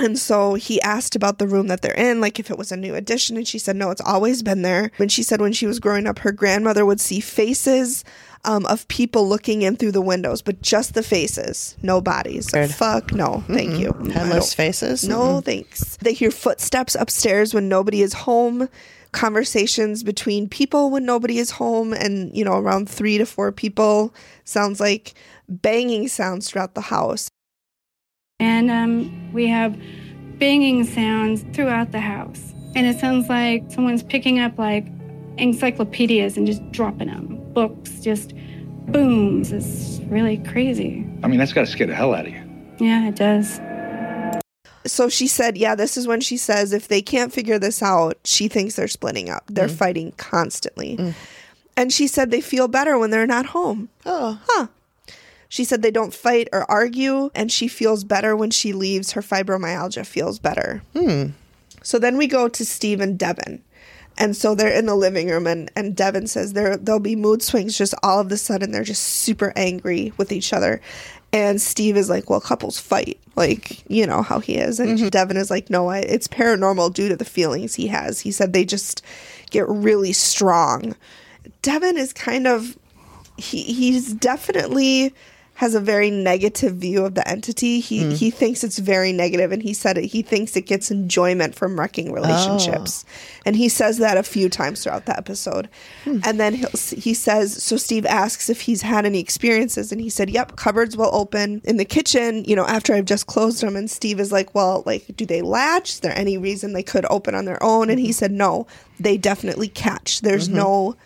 And so he asked about the room that they're in, like if it was a new addition. And she said, no, it's always been there. And she said when she was growing up, her grandmother would see faces um, of people looking in through the windows, but just the faces, no bodies. Fuck no. Thank you. I
Headless
don't-
faces.
no, thanks. They hear footsteps upstairs when nobody is home, conversations between people when nobody is home, and, you know, around three to four people. Sounds like banging sounds throughout the house.
And um, we have banging sounds throughout the house. And it sounds like someone's picking up like encyclopedias and just dropping them. Books, just boom. It's really crazy.
I mean, that's got to scare the hell out of you.
Yeah, it does.
So she said, yeah, this is when she says if they can't figure this out, she thinks they're splitting up. They're fighting constantly. And she said they feel better when they're not home.
Oh.
Huh. She said they don't fight or argue, and she feels better when she leaves. Her fibromyalgia feels better.
Hmm.
So then we go to Steve and Devin. And so they're in the living room, and, and Devin says there there'll be mood swings just all of a sudden. They're just super angry with each other. And Steve is like, Well, couples fight. Like, you know how he is. And Devin is like, No, I, it's paranormal due to the feelings he has. He said they just get really strong. Devin is kind of he he's definitely has a very negative view of the entity. He
Hmm.
he thinks it's very negative, and he said it. He thinks it gets enjoyment from wrecking relationships, and he says that a few times throughout the episode.
Oh. Hmm.
And then he'll, s- he says, so Steve asks if he's had any experiences, and he said, "Yep, cupboards will open in the kitchen." You know, after I've just closed them, and Steve is like, "Well, like, do they latch? Is there any reason they could open on their own?"
Mm-hmm.
And he said, "No, they definitely catch. There's
Mhm.
no."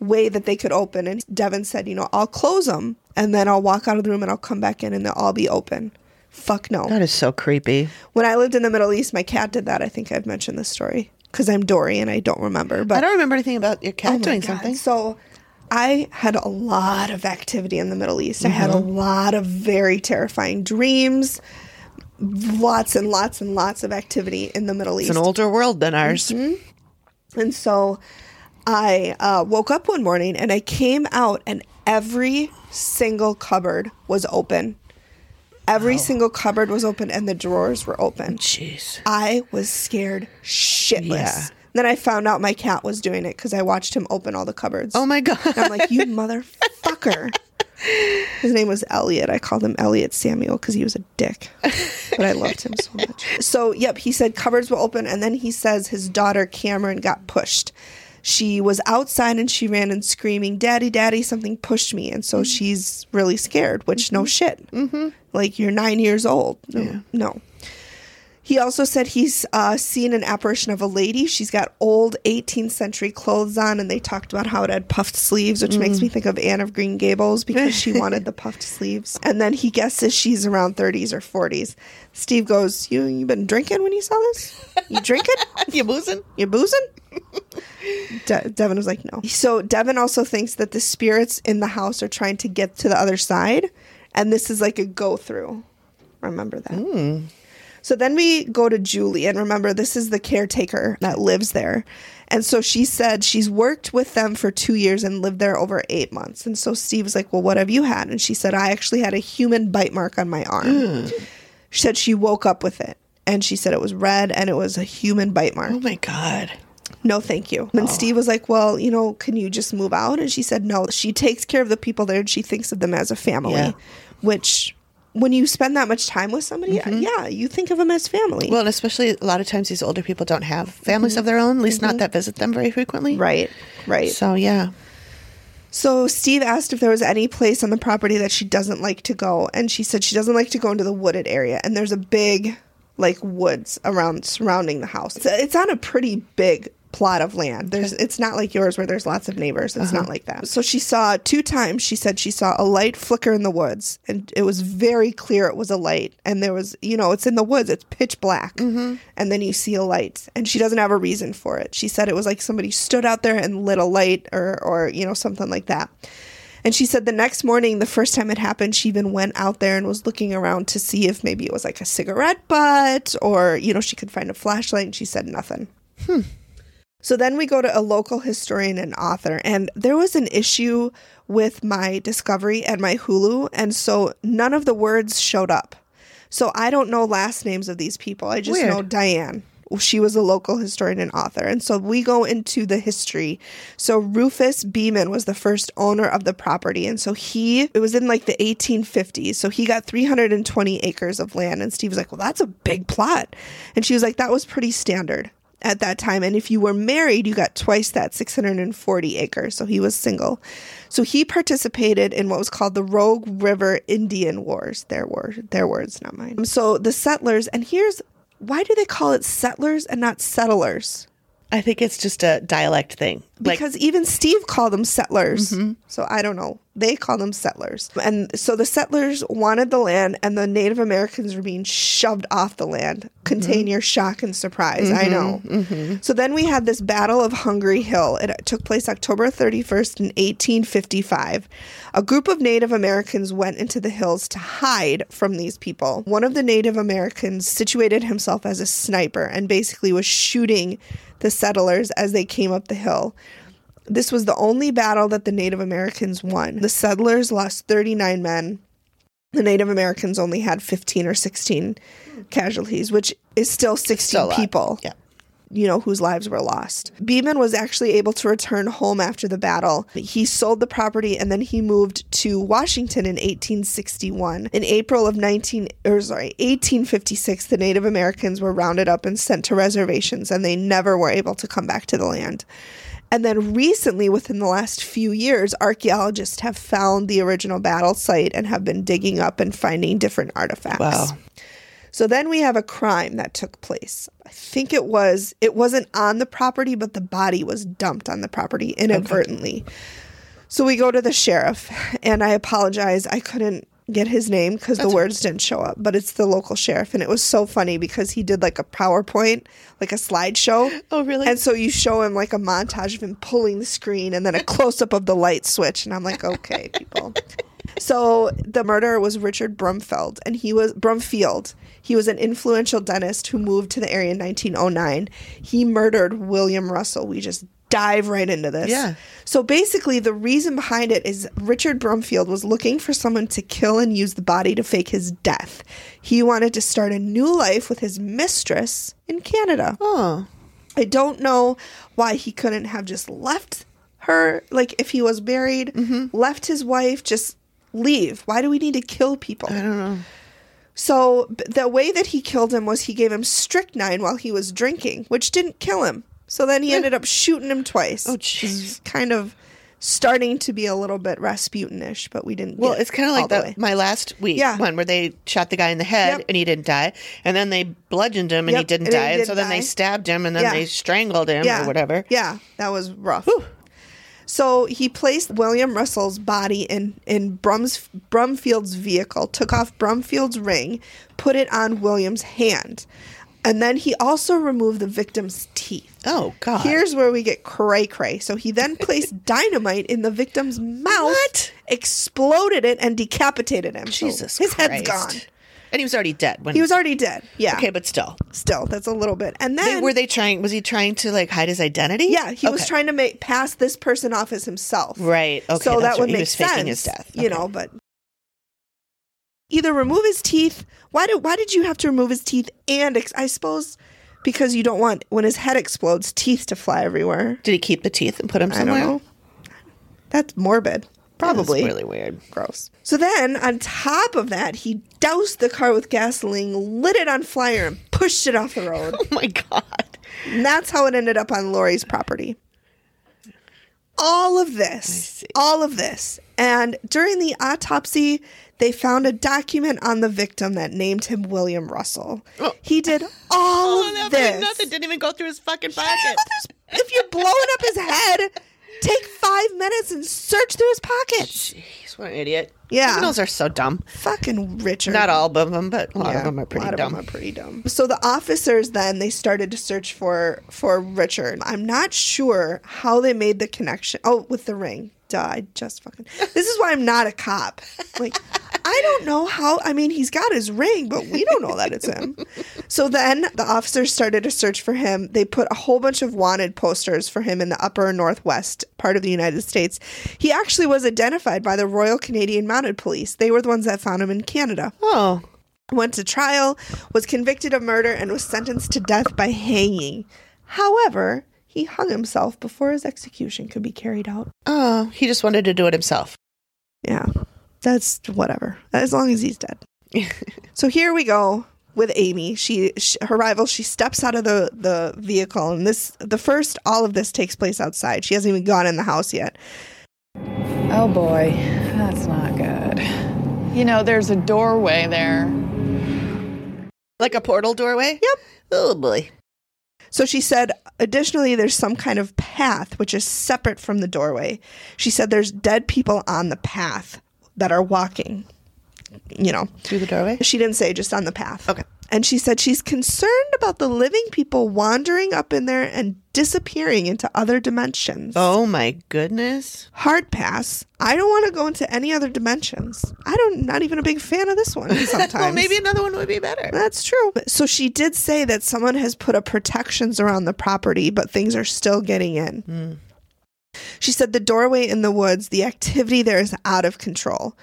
way that they could open. And Devin said, you know, I'll close them and then I'll walk out of the room and I'll come back in and they'll all be open. Fuck no.
That is so creepy.
when I lived in the Middle East, my cat did that. I think I've mentioned this story because I'm Dory and I don't remember. But
I don't remember anything about your cat
Oh my
doing
God.
something.
So I had a lot of activity in the Middle East. I had a
Mhm.
lot of very terrifying dreams, lots and lots and lots of activity in the Middle
It's
East.
an older world than ours.
Mhm. And so I uh, woke up one morning and I came out, and every single cupboard was open. Every single cupboard was open, and the drawers were open.
Jeez.
I was scared shitless.
Yeah.
Then I found out my cat was doing it because I watched him open all the cupboards. Oh
my God.
I'm like, you motherfucker. His name was Elliot. I called him Elliot Samuel because he was a dick. But I loved him so much. So, yep, he said cupboards were open. And then he says his daughter Cameron got pushed. She was outside and she ran and screaming, Daddy, Daddy, something pushed me. And so she's really scared, which no shit. Mm-hmm. Like, you're nine years old. No. no. He also said he's uh, seen an apparition of a lady. She's got old 18th century clothes on, and they talked about how it had puffed sleeves, which makes
Mm.
me think of Anne of Green Gables because she wanted the puffed sleeves. And then he guesses she's around 30s or 40s. Steve goes, "You you been drinking when you saw this? You drinking?
you boozing?
You boozing?" De- Devin was like, "No." So Devin also thinks that the spirits in the house are trying to get to the other side, and this is like a go through. Remember that. So then we go to Julie, and remember, this is the caretaker that lives there. And so she said she's worked with them for two years and lived there over eight months. And so Steve was like, Well, what have you had? And she said, I actually had a human bite mark on my arm.
Mm.
She said she woke up with it, and she said it was red and it was a human bite mark. Oh
my God.
No, thank you. And
Oh.
Steve was like, Well, you know, can you just move out? And she said, No, she takes care of the people there and she thinks of them as a family,
Yeah.
which when you spend that much time with somebody, yeah, you think of them as family.
Mm-hmm. Well, and especially a lot of times these older people don't have families of their own, at least not that visit them very frequently.
Mm-hmm. Right, right.
So, yeah.
So Steve asked if there was any place on the property that she doesn't like to go, and she said she doesn't like to go into the wooded area. And there's a big, like, woods around surrounding the house. It's, it's on a pretty big plot of land. There's, it's not like yours where there's lots of neighbors. It's not
Uh-huh.
like that. So she saw two times. She said she saw a light flicker in the woods, and it was very clear it was a light. And there was, you know, it's in the woods. It's pitch black, and then you see a light, and she doesn't have a reason for it. She said it was like somebody stood out there and lit a light, or or you know something like that. And she said the next morning, the first time it happened, she even went out there and was looking around to see if maybe it was like a cigarette butt or, you know, she could find a flashlight. And she said nothing. So then we go to a local historian and author, and there was an issue with my Discovery and my Hulu, and so none of the words showed up. So I don't know last names of these people. I just
Weird.
know Diane. She was a local historian and author. And so we go into the history. So Rufus Beeman was the first owner of the property. And so he, it was in like the 1850s. So he got 320 acres of land. And Steve was like, well, that's a big plot. And she was like, that was pretty standard at that time. And if you were married, you got twice that 640 acres. So he was single. So he participated in what was called the Rogue River Indian Wars. Their war, their words, not mine. So the settlers, and here's why do they call it settlers and not settlers?
I think it's just a dialect thing. Like,
Because even Steve called them settlers. So I don't know. They call them settlers. And so the settlers wanted the land, and the Native Americans were being shoved off the land. Contain your shock and surprise. I know.
hmm
So then we had this Battle of Hungry Hill. It took place October 31st in 1855. A group of Native Americans went into the hills to hide from these people. One of the Native Americans situated himself as a sniper and basically was shooting the settlers as they came up the hill. This was the only battle that the Native Americans won. The settlers lost 39 men. The Native Americans only had 15 or 16 casualties, which is still 16
a lot.
people.
Yeah.
you know, whose lives were lost. Beeman was actually able to return home after the battle. He sold the property and then he moved to Washington in 1861. In April of 19 or sorry, 1856, the Native Americans were rounded up and sent to reservations and they never were able to come back to the land. And then recently, within the last few years, archaeologists have found the original battle site and have been digging up and finding different artifacts.
Wow.
So then we have a crime that took place. I think it was it wasn't on the property, but the body was dumped on the property inadvertently. So we go to the sheriff, and I apologize. I couldn't get his name because the words didn't show up, but it's the local sheriff. And it was so funny because he did like a PowerPoint, like a slideshow.
Oh, really?
And so you show him like a montage of him pulling the screen and then a close up of the light switch. And I'm like, okay, people. So the murderer was Richard Brumfeld, and he was Brumfield. He was an influential dentist who moved to the area in 1909. He murdered William Russell. We just dive right into this.
Yeah.
So basically, the reason behind it is Richard Brumfield was looking for someone to kill and use the body to fake his death. He wanted to start a new life with his mistress in Canada.
Oh.
I don't know why he couldn't have just left her, like if he was married,
Mm-hmm.
left his wife, just leave. Why do we need to kill people? I
don't know.
So b- the way that he killed him was he gave him strychnine while he was drinking, which didn't kill him. So then
Eh.
he ended up shooting him twice. Oh, jeez. Kind of starting to be a little bit Rasputinish, but we didn't.
Well,
get
it's kind of
all
like
the
the,
way.
my last week
Yeah.
one where they shot the guy in the head
Yep.
and he didn't die, and then they bludgeoned him and he
Yep,
didn't
and he
die, and
didn't
so then
die.
they stabbed him and then
Yeah.
they strangled him
Yeah.
or whatever.
Yeah, that was rough. So he placed William Russell's body in in Brum's, Brumfield's vehicle, took off Brumfield's ring, put it on William's hand, and then he also removed the victim's teeth.
Oh God!
Here's where we get cray cray. So he then placed dynamite in the victim's mouth, exploded it, and decapitated him. So
Jesus,
his head's
Christ.
gone.
And he was already dead when
He was already dead. Yeah.
Okay, but still,
still, that's a little bit. And then
They- were they trying? Was he trying to like hide his identity?
Yeah, he was
Okay.
trying to make pass this person off as himself.
Right. Okay.
so that
that's
would
right.
make
he was
sense.
faking his death.
You know, but either remove his teeth. Why did Why did you have to remove his teeth? And ex- I suppose because you don't want when his head explodes, teeth to fly everywhere.
Did he keep the teeth and put them
I
somewhere?
don't know. That's morbid. Probably.
That's really weird.
Gross. So then, on top of that, he doused the car with gasoline, lit it on fire, and pushed it off the road. oh
my God.
And that's how it ended up on Lori's property. All of this, all of this. And during the autopsy, they found a document on the victim that named him William Russell. He did all of
Oh,
this.
Nothing didn't even go through his fucking pocket.
If you're blowing up his head, take five minutes and search through his pockets.
He's what an idiot.
Yeah.
Criminals are so dumb.
Fucking Richard.
Not all of them, but a lot
Yeah,
of them are pretty
a lot of
dumb.
them are pretty dumb. So the officers then they started to search for for Richard. I'm not sure how they made the connection. Oh, with the ring. Duh, I just fucking. This is why I'm not a cop. Like, I don't know how. I mean, he's got his ring, but we don't know that it's him. So then the officers started a search for him. They put a whole bunch of wanted posters for him in the upper northwest part of the United States. He actually was identified by the Royal Canadian Mounted Police. They were the ones that found him in Canada
Oh.
went to trial, was convicted of murder, and was sentenced to death by hanging. However, he hung himself before his execution could be carried out.
Oh, he just wanted to do it himself.
Yeah, that's whatever. As long as he's dead. so here we go with Amy. She, sh her rival. She steps out of the the vehicle, and this the first. All of this takes place outside. She hasn't even gone in the house yet.
Oh boy, that's not good. You know, there's a doorway there.
Like a portal doorway?
Yep.
Oh boy.
So she said, additionally, there's some kind of path which is separate from the doorway. She said there's dead people on the path that are walking, you know.
Through the doorway?
She didn't say, just on the path. Okay. And she said she's concerned about the living people wandering up in there and disappearing into other dimensions.
Oh my goodness.
Hard pass. I don't want to go into any other dimensions. I don't, not even a big fan of this one sometimes.
well, maybe another one would be better.
That's true. So she did say that someone has put up protections around the property, but things are still getting in. She said the doorway in the woods, the activity there is out of control.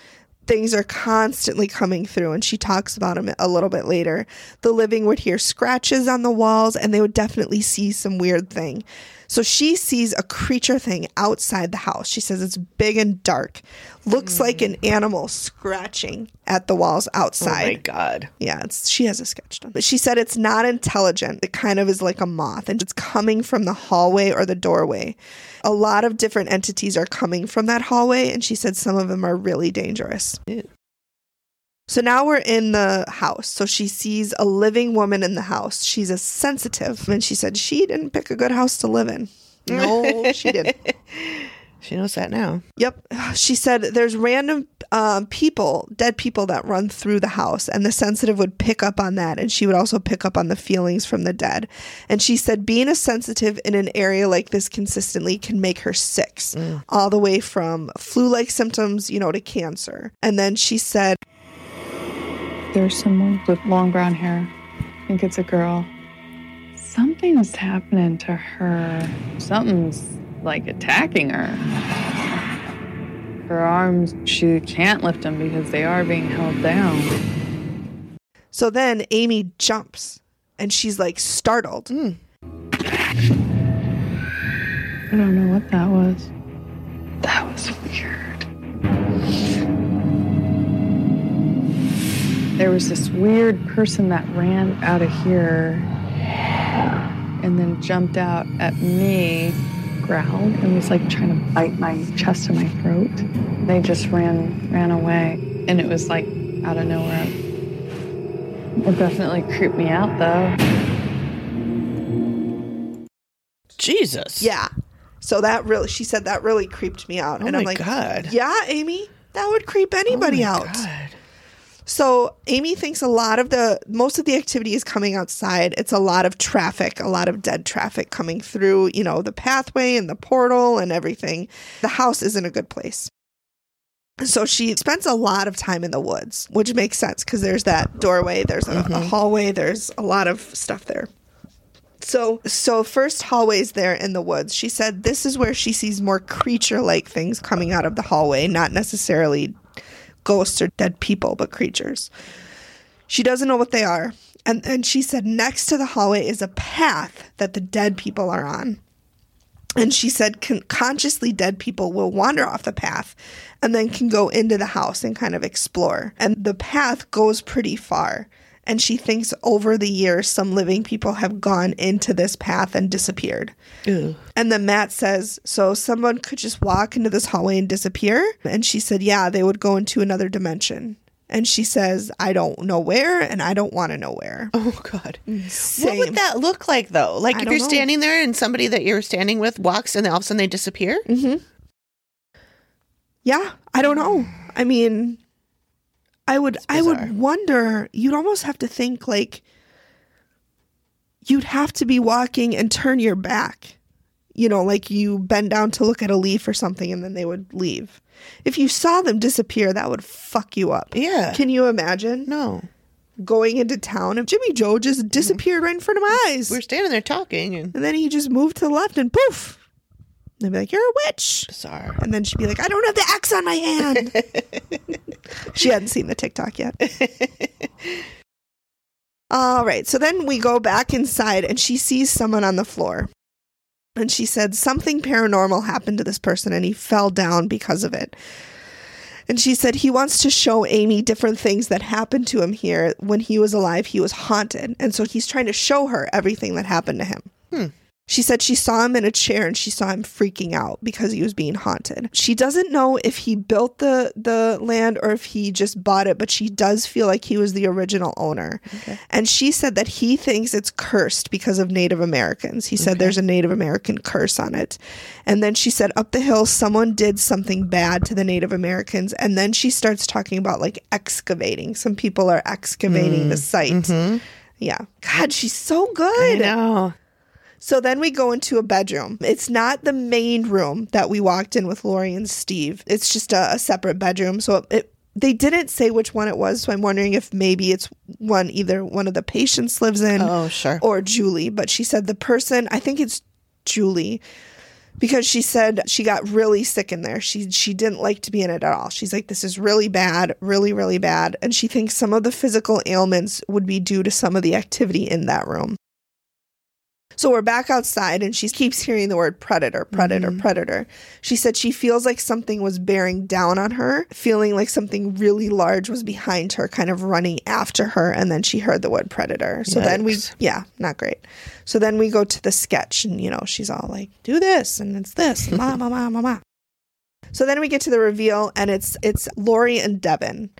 things are constantly coming through, and she talks about them a little bit later. The living would hear scratches on the walls, and they would definitely see some weird thing. So she sees a creature thing outside the house. She says it's big and dark, looks like an animal scratching at the walls
Oh
outside.
my God.
Yeah, it's, she has a sketch done. But she said it's not intelligent. It kind of is like a moth and it's coming from the hallway or the doorway. A lot of different entities are coming from that hallway, and she said some of them are really dangerous. So now we're in the house. So she sees a living woman in the house. She's a sensitive. And she said she didn't pick a good house to live in. No, she didn't.
She knows that now.
Yep. She said there's random um, people, dead people that run through the house, and the sensitive would pick up on that. And she would also pick up on the feelings from the dead. And she said being a sensitive in an area like this consistently can make her sick,
Mm.
all the way from flu like symptoms, you know, to cancer. And then she said,
There's someone with long brown hair. I think it's a girl. Something's happening to her.
Something's like attacking her. Her arms, she can't lift them because they are being held down.
So then Amy jumps and she's like startled.
Mm.
I don't know what that was.
That was weird. There was this weird person that ran out of here and then jumped out at me, growled, and was like trying to bite my chest and my throat. They just ran ran away. And it was like out of nowhere. It definitely creeped me out though.
Jesus.
Yeah. So that really, she said that really creeped me out.
Oh
and I'm
my
like,
God. Oh
Yeah, Amy, that would creep anybody out. So Amy thinks a lot of the, most of the activity is coming outside. It's a lot of traffic, a lot of dead traffic coming through, you know, the pathway and the portal and everything. The house isn't a good place. So she spends a lot of time in the woods, which makes sense because there's that doorway, there's a, a hallway, there's a lot of stuff there. So, so first hallways there in the woods. She said this is where she sees more creature-like things coming out of the hallway, not necessarily ghosts or dead people, but creatures. She doesn't know what they are. And and she said next to the hallway is a path that the dead people are on. And she said con- consciously dead people will wander off the path and then can go into the house and kind of explore. And the path goes pretty far. And she thinks over the years, some living people have gone into this path and disappeared. And then Matt says, So someone could just walk into this hallway and disappear? And she said, Yeah, they would go into another dimension. And she says, I don't know where and I don't want to know where.
Oh, God. What would that look like, though? Like
I
if
don't
you're
know.
standing there and somebody that you're standing with walks and all of a sudden they disappear?
Mm-hmm. Yeah, I don't know. I mean, I would I would wonder, you'd almost have to think like you'd have to be walking and turn your back. You know, like you bend down to look at a leaf or something and then they would leave. If you saw them disappear, that would fuck you up.
Yeah.
Can you imagine?
No. Mm-hmm.
Going into town if Jimmy Joe just disappeared right in front of my eyes.
We're standing there talking and
And then he just moved to the left and poof. They'd be like, You're a witch.
Bizarre.
And then she'd be like, I don't have the axe on my hand. she hadn't seen the TikTok yet. All right. So then we go back inside and she sees someone on the floor. And she said, Something paranormal happened to this person and he fell down because of it. And she said he wants to show Amy different things that happened to him here. When he was alive, he was haunted. And so he's trying to show her everything that happened to him.
Hmm.
She said she saw him in a chair and she saw him freaking out because he was being haunted. She doesn't know if he built the the land or if he just bought it, but she does feel like he was the original owner. And she said that he thinks it's cursed because of Native Americans. He said there's a Native American curse on it. And then she said up the hill someone did something bad to the Native Americans and then she starts talking about like excavating. Some people are excavating the
Mm.
site.
Mhm.
Yeah. God, she's so good.
I know.
So then we go into a bedroom. It's not the main room that we walked in with Lori and Steve. It's just a, a separate bedroom. So it they didn't say which one it was, so I'm wondering if maybe it's one either one of the patients lives in.
Oh, sure.
Or Julie, but she said the person, I think it's Julie. because she said she got really sick in there. She she didn't like to be in it at all. She's like this is really bad, really really bad, and she thinks some of the physical ailments would be due to some of the activity in that room. So we're back outside and she keeps hearing the word predator, predator, predator. She said she feels like something was bearing down on her, feeling like something really large was behind her, kind of running after her. And then she heard the word predator. So then we,
Yikes.
yeah, not great. So then we go to the sketch and, you know, she's all like, do this and it's this, and ma, ma, ma, ma, ma. So then we get to the reveal and it's it's Lori and Devin.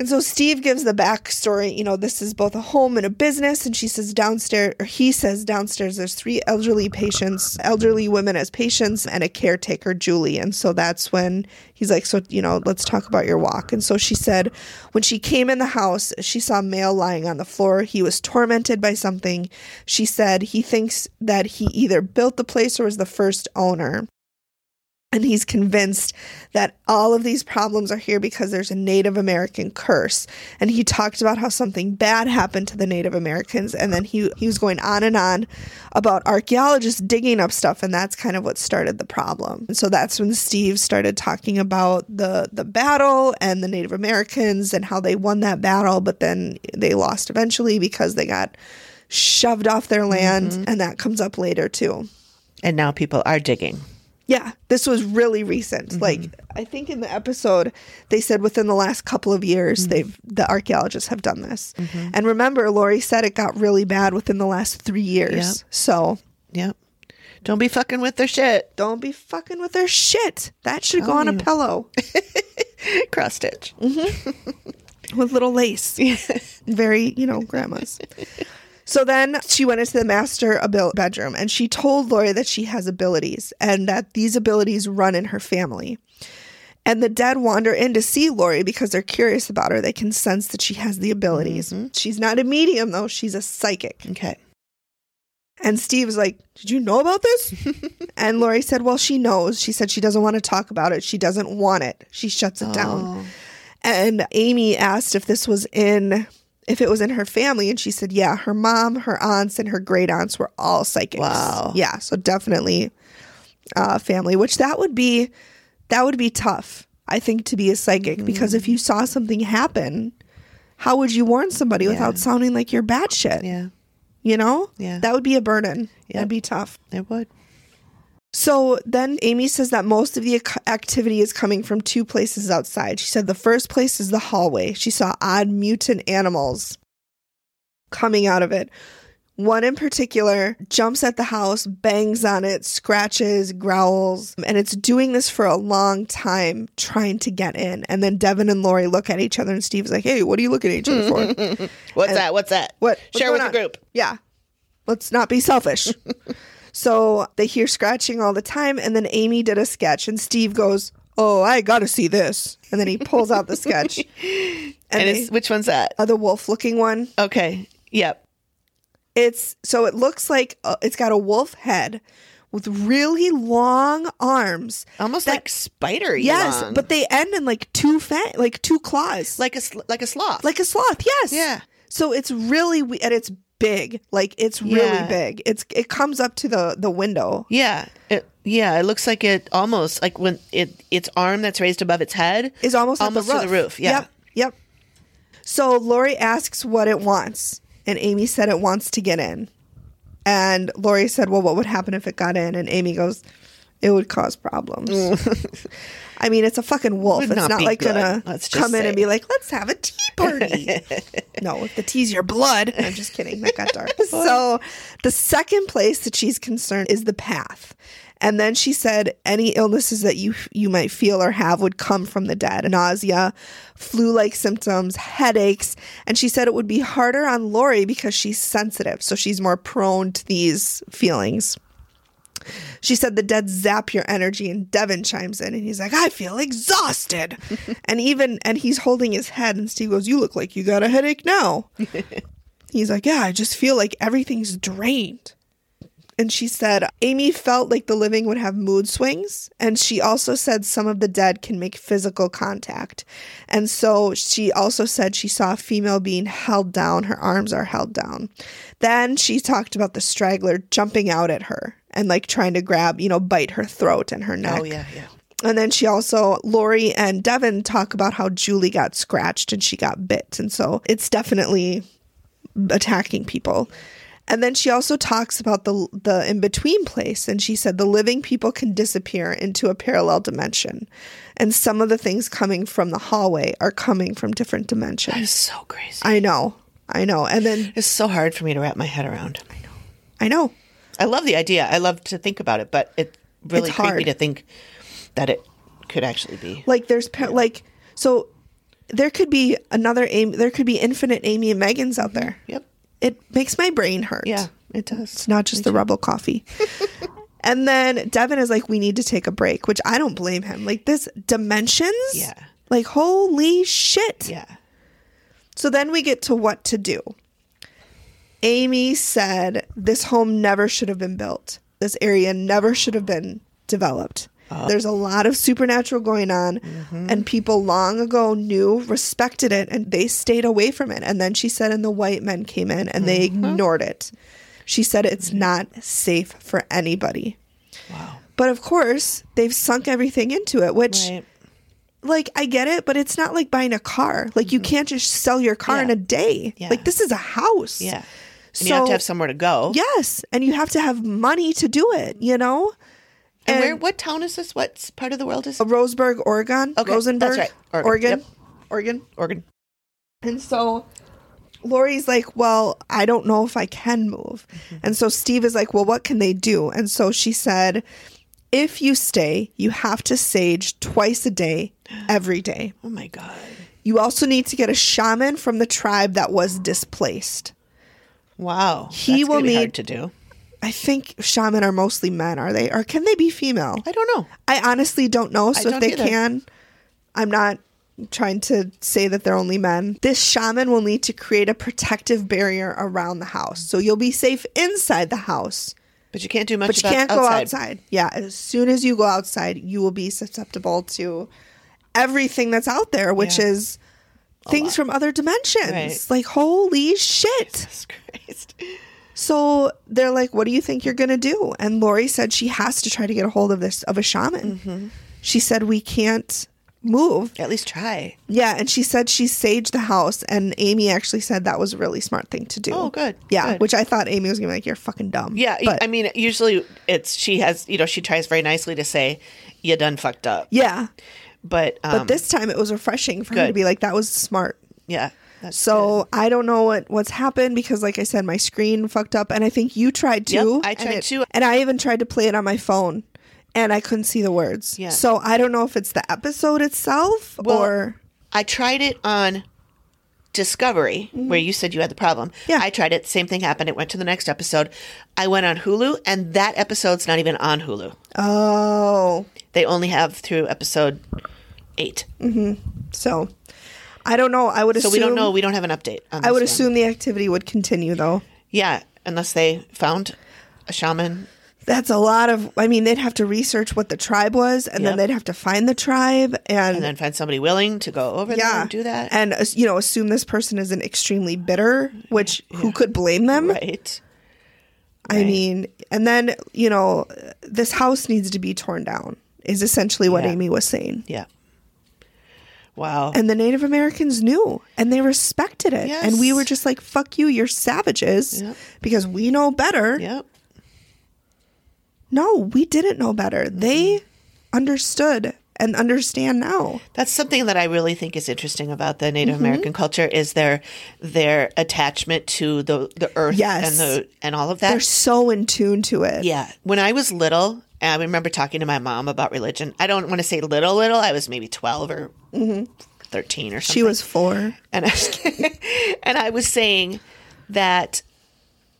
And so Steve gives the backstory. You know, this is both a home and a business. And she says downstairs, or he says downstairs, there's three elderly patients, elderly women as patients, and a caretaker, Julie. And so that's when he's like, So, you know, let's talk about your walk. And so she said, when she came in the house, she saw male lying on the floor. He was tormented by something. She said he thinks that he either built the place or was the first owner. And he's convinced that all of these problems are here because there's a Native American curse. And he talked about how something bad happened to the Native Americans. And then he, he was going on and on about archaeologists digging up stuff. And that's kind of what started the problem. And so that's when Steve started talking about the, the battle and the Native Americans and how they won that battle, but then they lost eventually because they got shoved off their land. And that comes up later, too.
And now people are digging.
Yeah, this was really recent. Like I think in the episode they said within the last couple of years they've the archaeologists have done this.
Mhm.
And remember, Lori said it got really bad within the last three years.
Yep.
So
Yep. Don't be fucking with their shit.
Don't be fucking with their shit. That should go
Oh,
on a
yeah.
pillow.
Cross stitch.
Mm. with little lace. Very, you know, grandma's. So then she went into the master abil- bedroom and she told Lori that she has abilities and that these abilities run in her family. And the dead wander in to see Lori because they're curious about her. They can sense that she has the abilities. She's not a medium, though, she's a psychic.
Okay.
And Steve's like, Did you know about this? and Lori said, Well, she knows. She said she doesn't want to talk about it. She doesn't want it. She shuts it down. And Amy asked if this was in if it was in her family and she said, Yeah, her mom, her aunts, and her great aunts were all psychics. Wow. Yeah, so definitely uh family, which that would be that would be tough, I think, to be a psychic, because if you saw something happen, how would you warn somebody without sounding like you're batshit?
Yeah.
You know?
Yeah.
That would be a burden. That'd be tough. It would. So then Amy says that most of the ac- activity is coming from two places outside. She said the first place is the hallway. She saw odd mutant animals coming out of it. One in particular jumps at the house, bangs on it, scratches, growls, and it's doing this for a long time, trying to get in. And then Devin and Lori look at each other, and Steve's like, Hey, what are you looking at each other for?
What's
And-
that? What's that?
What?
Share
what's
with
going
the
on?
group.
Yeah. Let's not be selfish. so they hear scratching all the time. And then Amy did a sketch, and Steve goes, Oh, I got to see this. And then he pulls out the sketch. And,
And it's-
which one's that? Uh, the wolf looking one. Okay. Yep. It's so it looks like uh, it's got a wolf head with really long arms, almost like
spidery
Yes,
long.
but they end in like two fat, like two claws, like
a sl- like a sloth,
like a sloth. Yes, yeah. So it's really we- and it's big, like it's really
Yeah.
big. It's it comes up to the the window.
Yeah. It, yeah, it looks like it almost like when it its arm that's raised above its head
is almost at the
almost to the
roof.
roof. Yeah.
Yep. Yep. So Lori asks what it wants, and Amy said it wants to get in. And Lori said, "Well, what would happen if it got in?" And Amy goes, "It would cause problems." I mean, it's a fucking wolf.
Would
it's
not
not
be
like
good,
gonna
let's just
come in and
say.
be like, "Let's have a tea party." no, if the tea's your blood. I'm just kidding. That got dark. so, the second place that she's concerned is the path. And then she said any illnesses that you you might feel or have would come from the dead. Nausea, flu-like symptoms, headaches, and she said it would be harder on Lori because she's sensitive, so she's more prone to these feelings. She said the dead zap your energy, and Devin chimes in and he's like, I feel exhausted. and even, and he's holding his head, and Steve goes, You look like you got a headache now. he's like, Yeah, I just feel like everything's drained. And she said, Amy felt like the living would have mood swings. And she also said some of the dead can make physical contact. And so she also said she saw a female being held down. Her arms are held down. Then she talked about the straggler jumping out at her. and like trying to grab, you know, bite her throat and her neck.
Oh, yeah, yeah.
And then she also, Lori and Devin talk about how Julie got scratched and she got bit. And so it's definitely attacking people. And then she also talks about the the in between place, and she said the living people can disappear into a parallel dimension, and some of the things coming from the hallway are coming from different dimensions. That
is so crazy.
I know, I know. And then
it's so hard for me to wrap my head around. I know.
I know.
I love the idea. I love to think about it, but it really
It's
creepy
hard.
to think that it could actually be.
Like there's par- like so there could be another Amy, there could be infinite Amy and Megans out there.
Yep.
It makes my brain hurt.
Yeah, it does.
It's not just the rebel coffee. and then Devin is like, we need to take a break, which I don't blame him. Like this dimensions.
Yeah.
Like holy shit.
Yeah.
So then we get to what to do. Amy said this home never should have been built. This area never should have been developed.
Oh.
There's a lot of supernatural going on, and people long ago knew, respected it, and they stayed away from it. And then she said, and the white men came in and they ignored it. She said, it's not safe for anybody. Wow. But of course, they've sunk everything into it, which
Right.
like I get it, but it's not like buying a car. Like you can't just sell your car in a day.
Mm-hmm. Yeah.
Like this is a house.
Yeah. And you have to have somewhere to go.
Yes, and you have to have money to do it. You know.
And, where? What town is this? What s- part of the world is?
Uh, Roseburg, Oregon.
Okay,
Rosenberg,
that's right. Oregon,
Oregon.
yep.
Oregon.
Oregon.
And so Lori's like, Well, I don't know if I can move.
Mm-hmm.
And so Steve is like, Well, what can they do? And so she said, If you stay, you have to sage twice a day, every day.
Oh my god.
You also need to get a shaman from the tribe that was displaced.
Wow.
He
That's
will
gonna be
need
hard to do.
I think shaman are mostly men, are they? Or can they be female?
I don't know.
I honestly don't know.
I
So
don't
if they
either.
can, I'm not trying to say that they're only men. This shaman will need to create a protective barrier around the house. So you'll be safe inside the house.
But you can't do much.
But you
about
can't go
outside.
outside. Yeah, as soon as you go outside, you will be susceptible to everything that's out there, which
Yeah.
is things from other dimensions.
Right.
Like holy shit. So they're like, "What do you think you're going to do?" And Lori said she has to try to get a hold of this of a shaman.
Mm-hmm.
She said we can't move.
At least try.
Yeah, and she said she saged the house, and Amy actually said that was a really smart thing to do.
Oh, good,
Yeah,
good.
which I thought Amy was gonna be like, "You're fucking dumb."
Yeah, y-
but
I mean, usually it's she has you know she tries very nicely to say, "You done fucked up."
yeah,
But um,
but this time it was refreshing for her to
good.
be like, "That was smart."
yeah,
so I don't know what what's happened because, like I said, my screen fucked up, and I think you tried
Yep,
too.
I
and
tried
it-
too.
and I even tried to play it on my phone, and I couldn't see the words.
Yeah.
So I don't know if it's the episode itself
Well,
or
I tried it on Discovery, where you said you had the problem. Mm-hmm. Yeah. I tried it. Same thing happened. It went to the next episode. I went on Hulu, and that episode's not even on Hulu.
oh,
They only have through episode eight.
hmm so I don't know. I would
so
assume
we don't know. We don't have an update. On
I would
this one.
assume the activity would continue though.
Yeah, unless they found a shaman.
That's a lot of. I mean, they'd have to research what the tribe was, and then
Yep.
they'd have to find the tribe, and,
And then find somebody willing to go over there and do that.
and as- you know assume this person isn't extremely bitter which who could blame them
right
i mean and then you know this house needs to be torn down is essentially what
Yeah.
amy was saying
Yeah. Wow.
and the native americans knew and they respected it and we
Yes.
were just like fuck you you're savages
Yep.
because we know better
yep.
no we didn't know better they understood and understand now
That's something that I really think is interesting about the Native
Mm-hmm.
American culture is their their attachment to the the earth and
Yes.
the and all of that.
they're so in tune to it
yeah. When I was little, I remember talking to my mom about religion. I don't want to say little little. I was maybe 12 or
hmm
13 or something.
she was four
and I, and I was saying that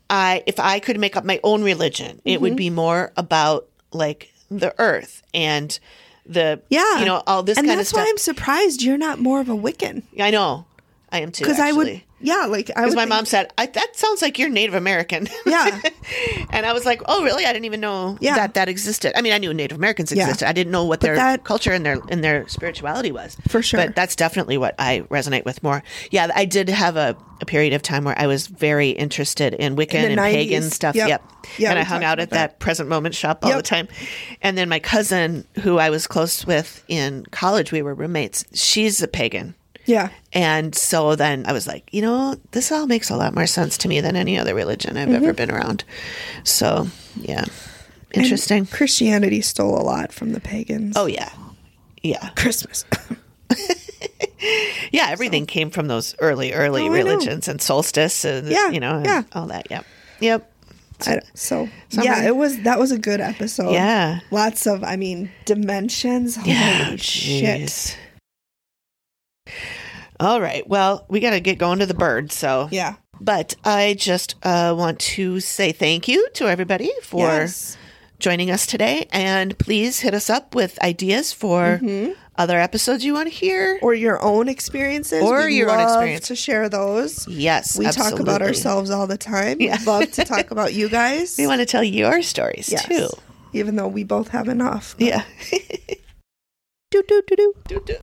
I if I could make up my own religion, it would
Mhm.
be more about like the earth and the
Yeah.
you know all this
and
kind of
that's
stuff.
why I'm surprised you're not more of a Wiccan.
I know. I am too.
Because I would,
actually.
yeah, like I
Because
would.
my
think-
mom said, I, that sounds like you're Native American.
Yeah.
and I was like, oh, really? I didn't even know
Yeah.
that that existed. I mean, I knew Native Americans
Yeah.
existed. I didn't know what
But
their
that-
culture and their and their spirituality was.
For sure.
But that's definitely what I resonate with more. Yeah, I did have a, a period of time where I was very interested in Wiccan
In the
and
90s.
pagan stuff.
Yep.
Yep.
Yeah,
and I
we
hung
talked
out
about
at that. present moment shop all the time. And then my cousin, who I was close with in college, we were roommates, she's a pagan.
yeah,
And so then I was like, you know, this all makes a lot more sense to me than any other religion I've ever
Mhm.
been around. So, yeah.
And
Interesting.
Christianity stole a lot from the pagans.
Oh, yeah. Yeah.
Christmas.
yeah, everything came from those early, early
Oh, I know.
religions and solstice and,
Yeah,
you know, and
yeah.
all that. Yep. Yep.
I- so
So
yeah,
many-
it was that was a good episode.
Yeah.
lots of I mean dimensions. Holy
Yeah,
shit!
jeez. All right. Well, we got to get going to the bird. So,
Yeah.
But I just uh, want to say thank you to everybody for
Yes.
joining us today. And please hit us up with ideas for
Mhm.
other episodes you want to hear.
Or your own experiences
Or
We'd
your own
love
experience.
to share those.
Yes.
we talk about
absolutely.
ourselves all the time. We love to talk about you guys.
We want to tell your stories
Yes.
too.
even though we both have enough.
Yeah.
do do do do.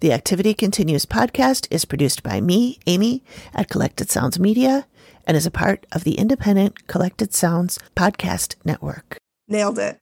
The Activity Continues podcast is produced by me, Amy, at Collected Sounds Media and is a part of the independent Collected Sounds Podcast Network.
Nailed it.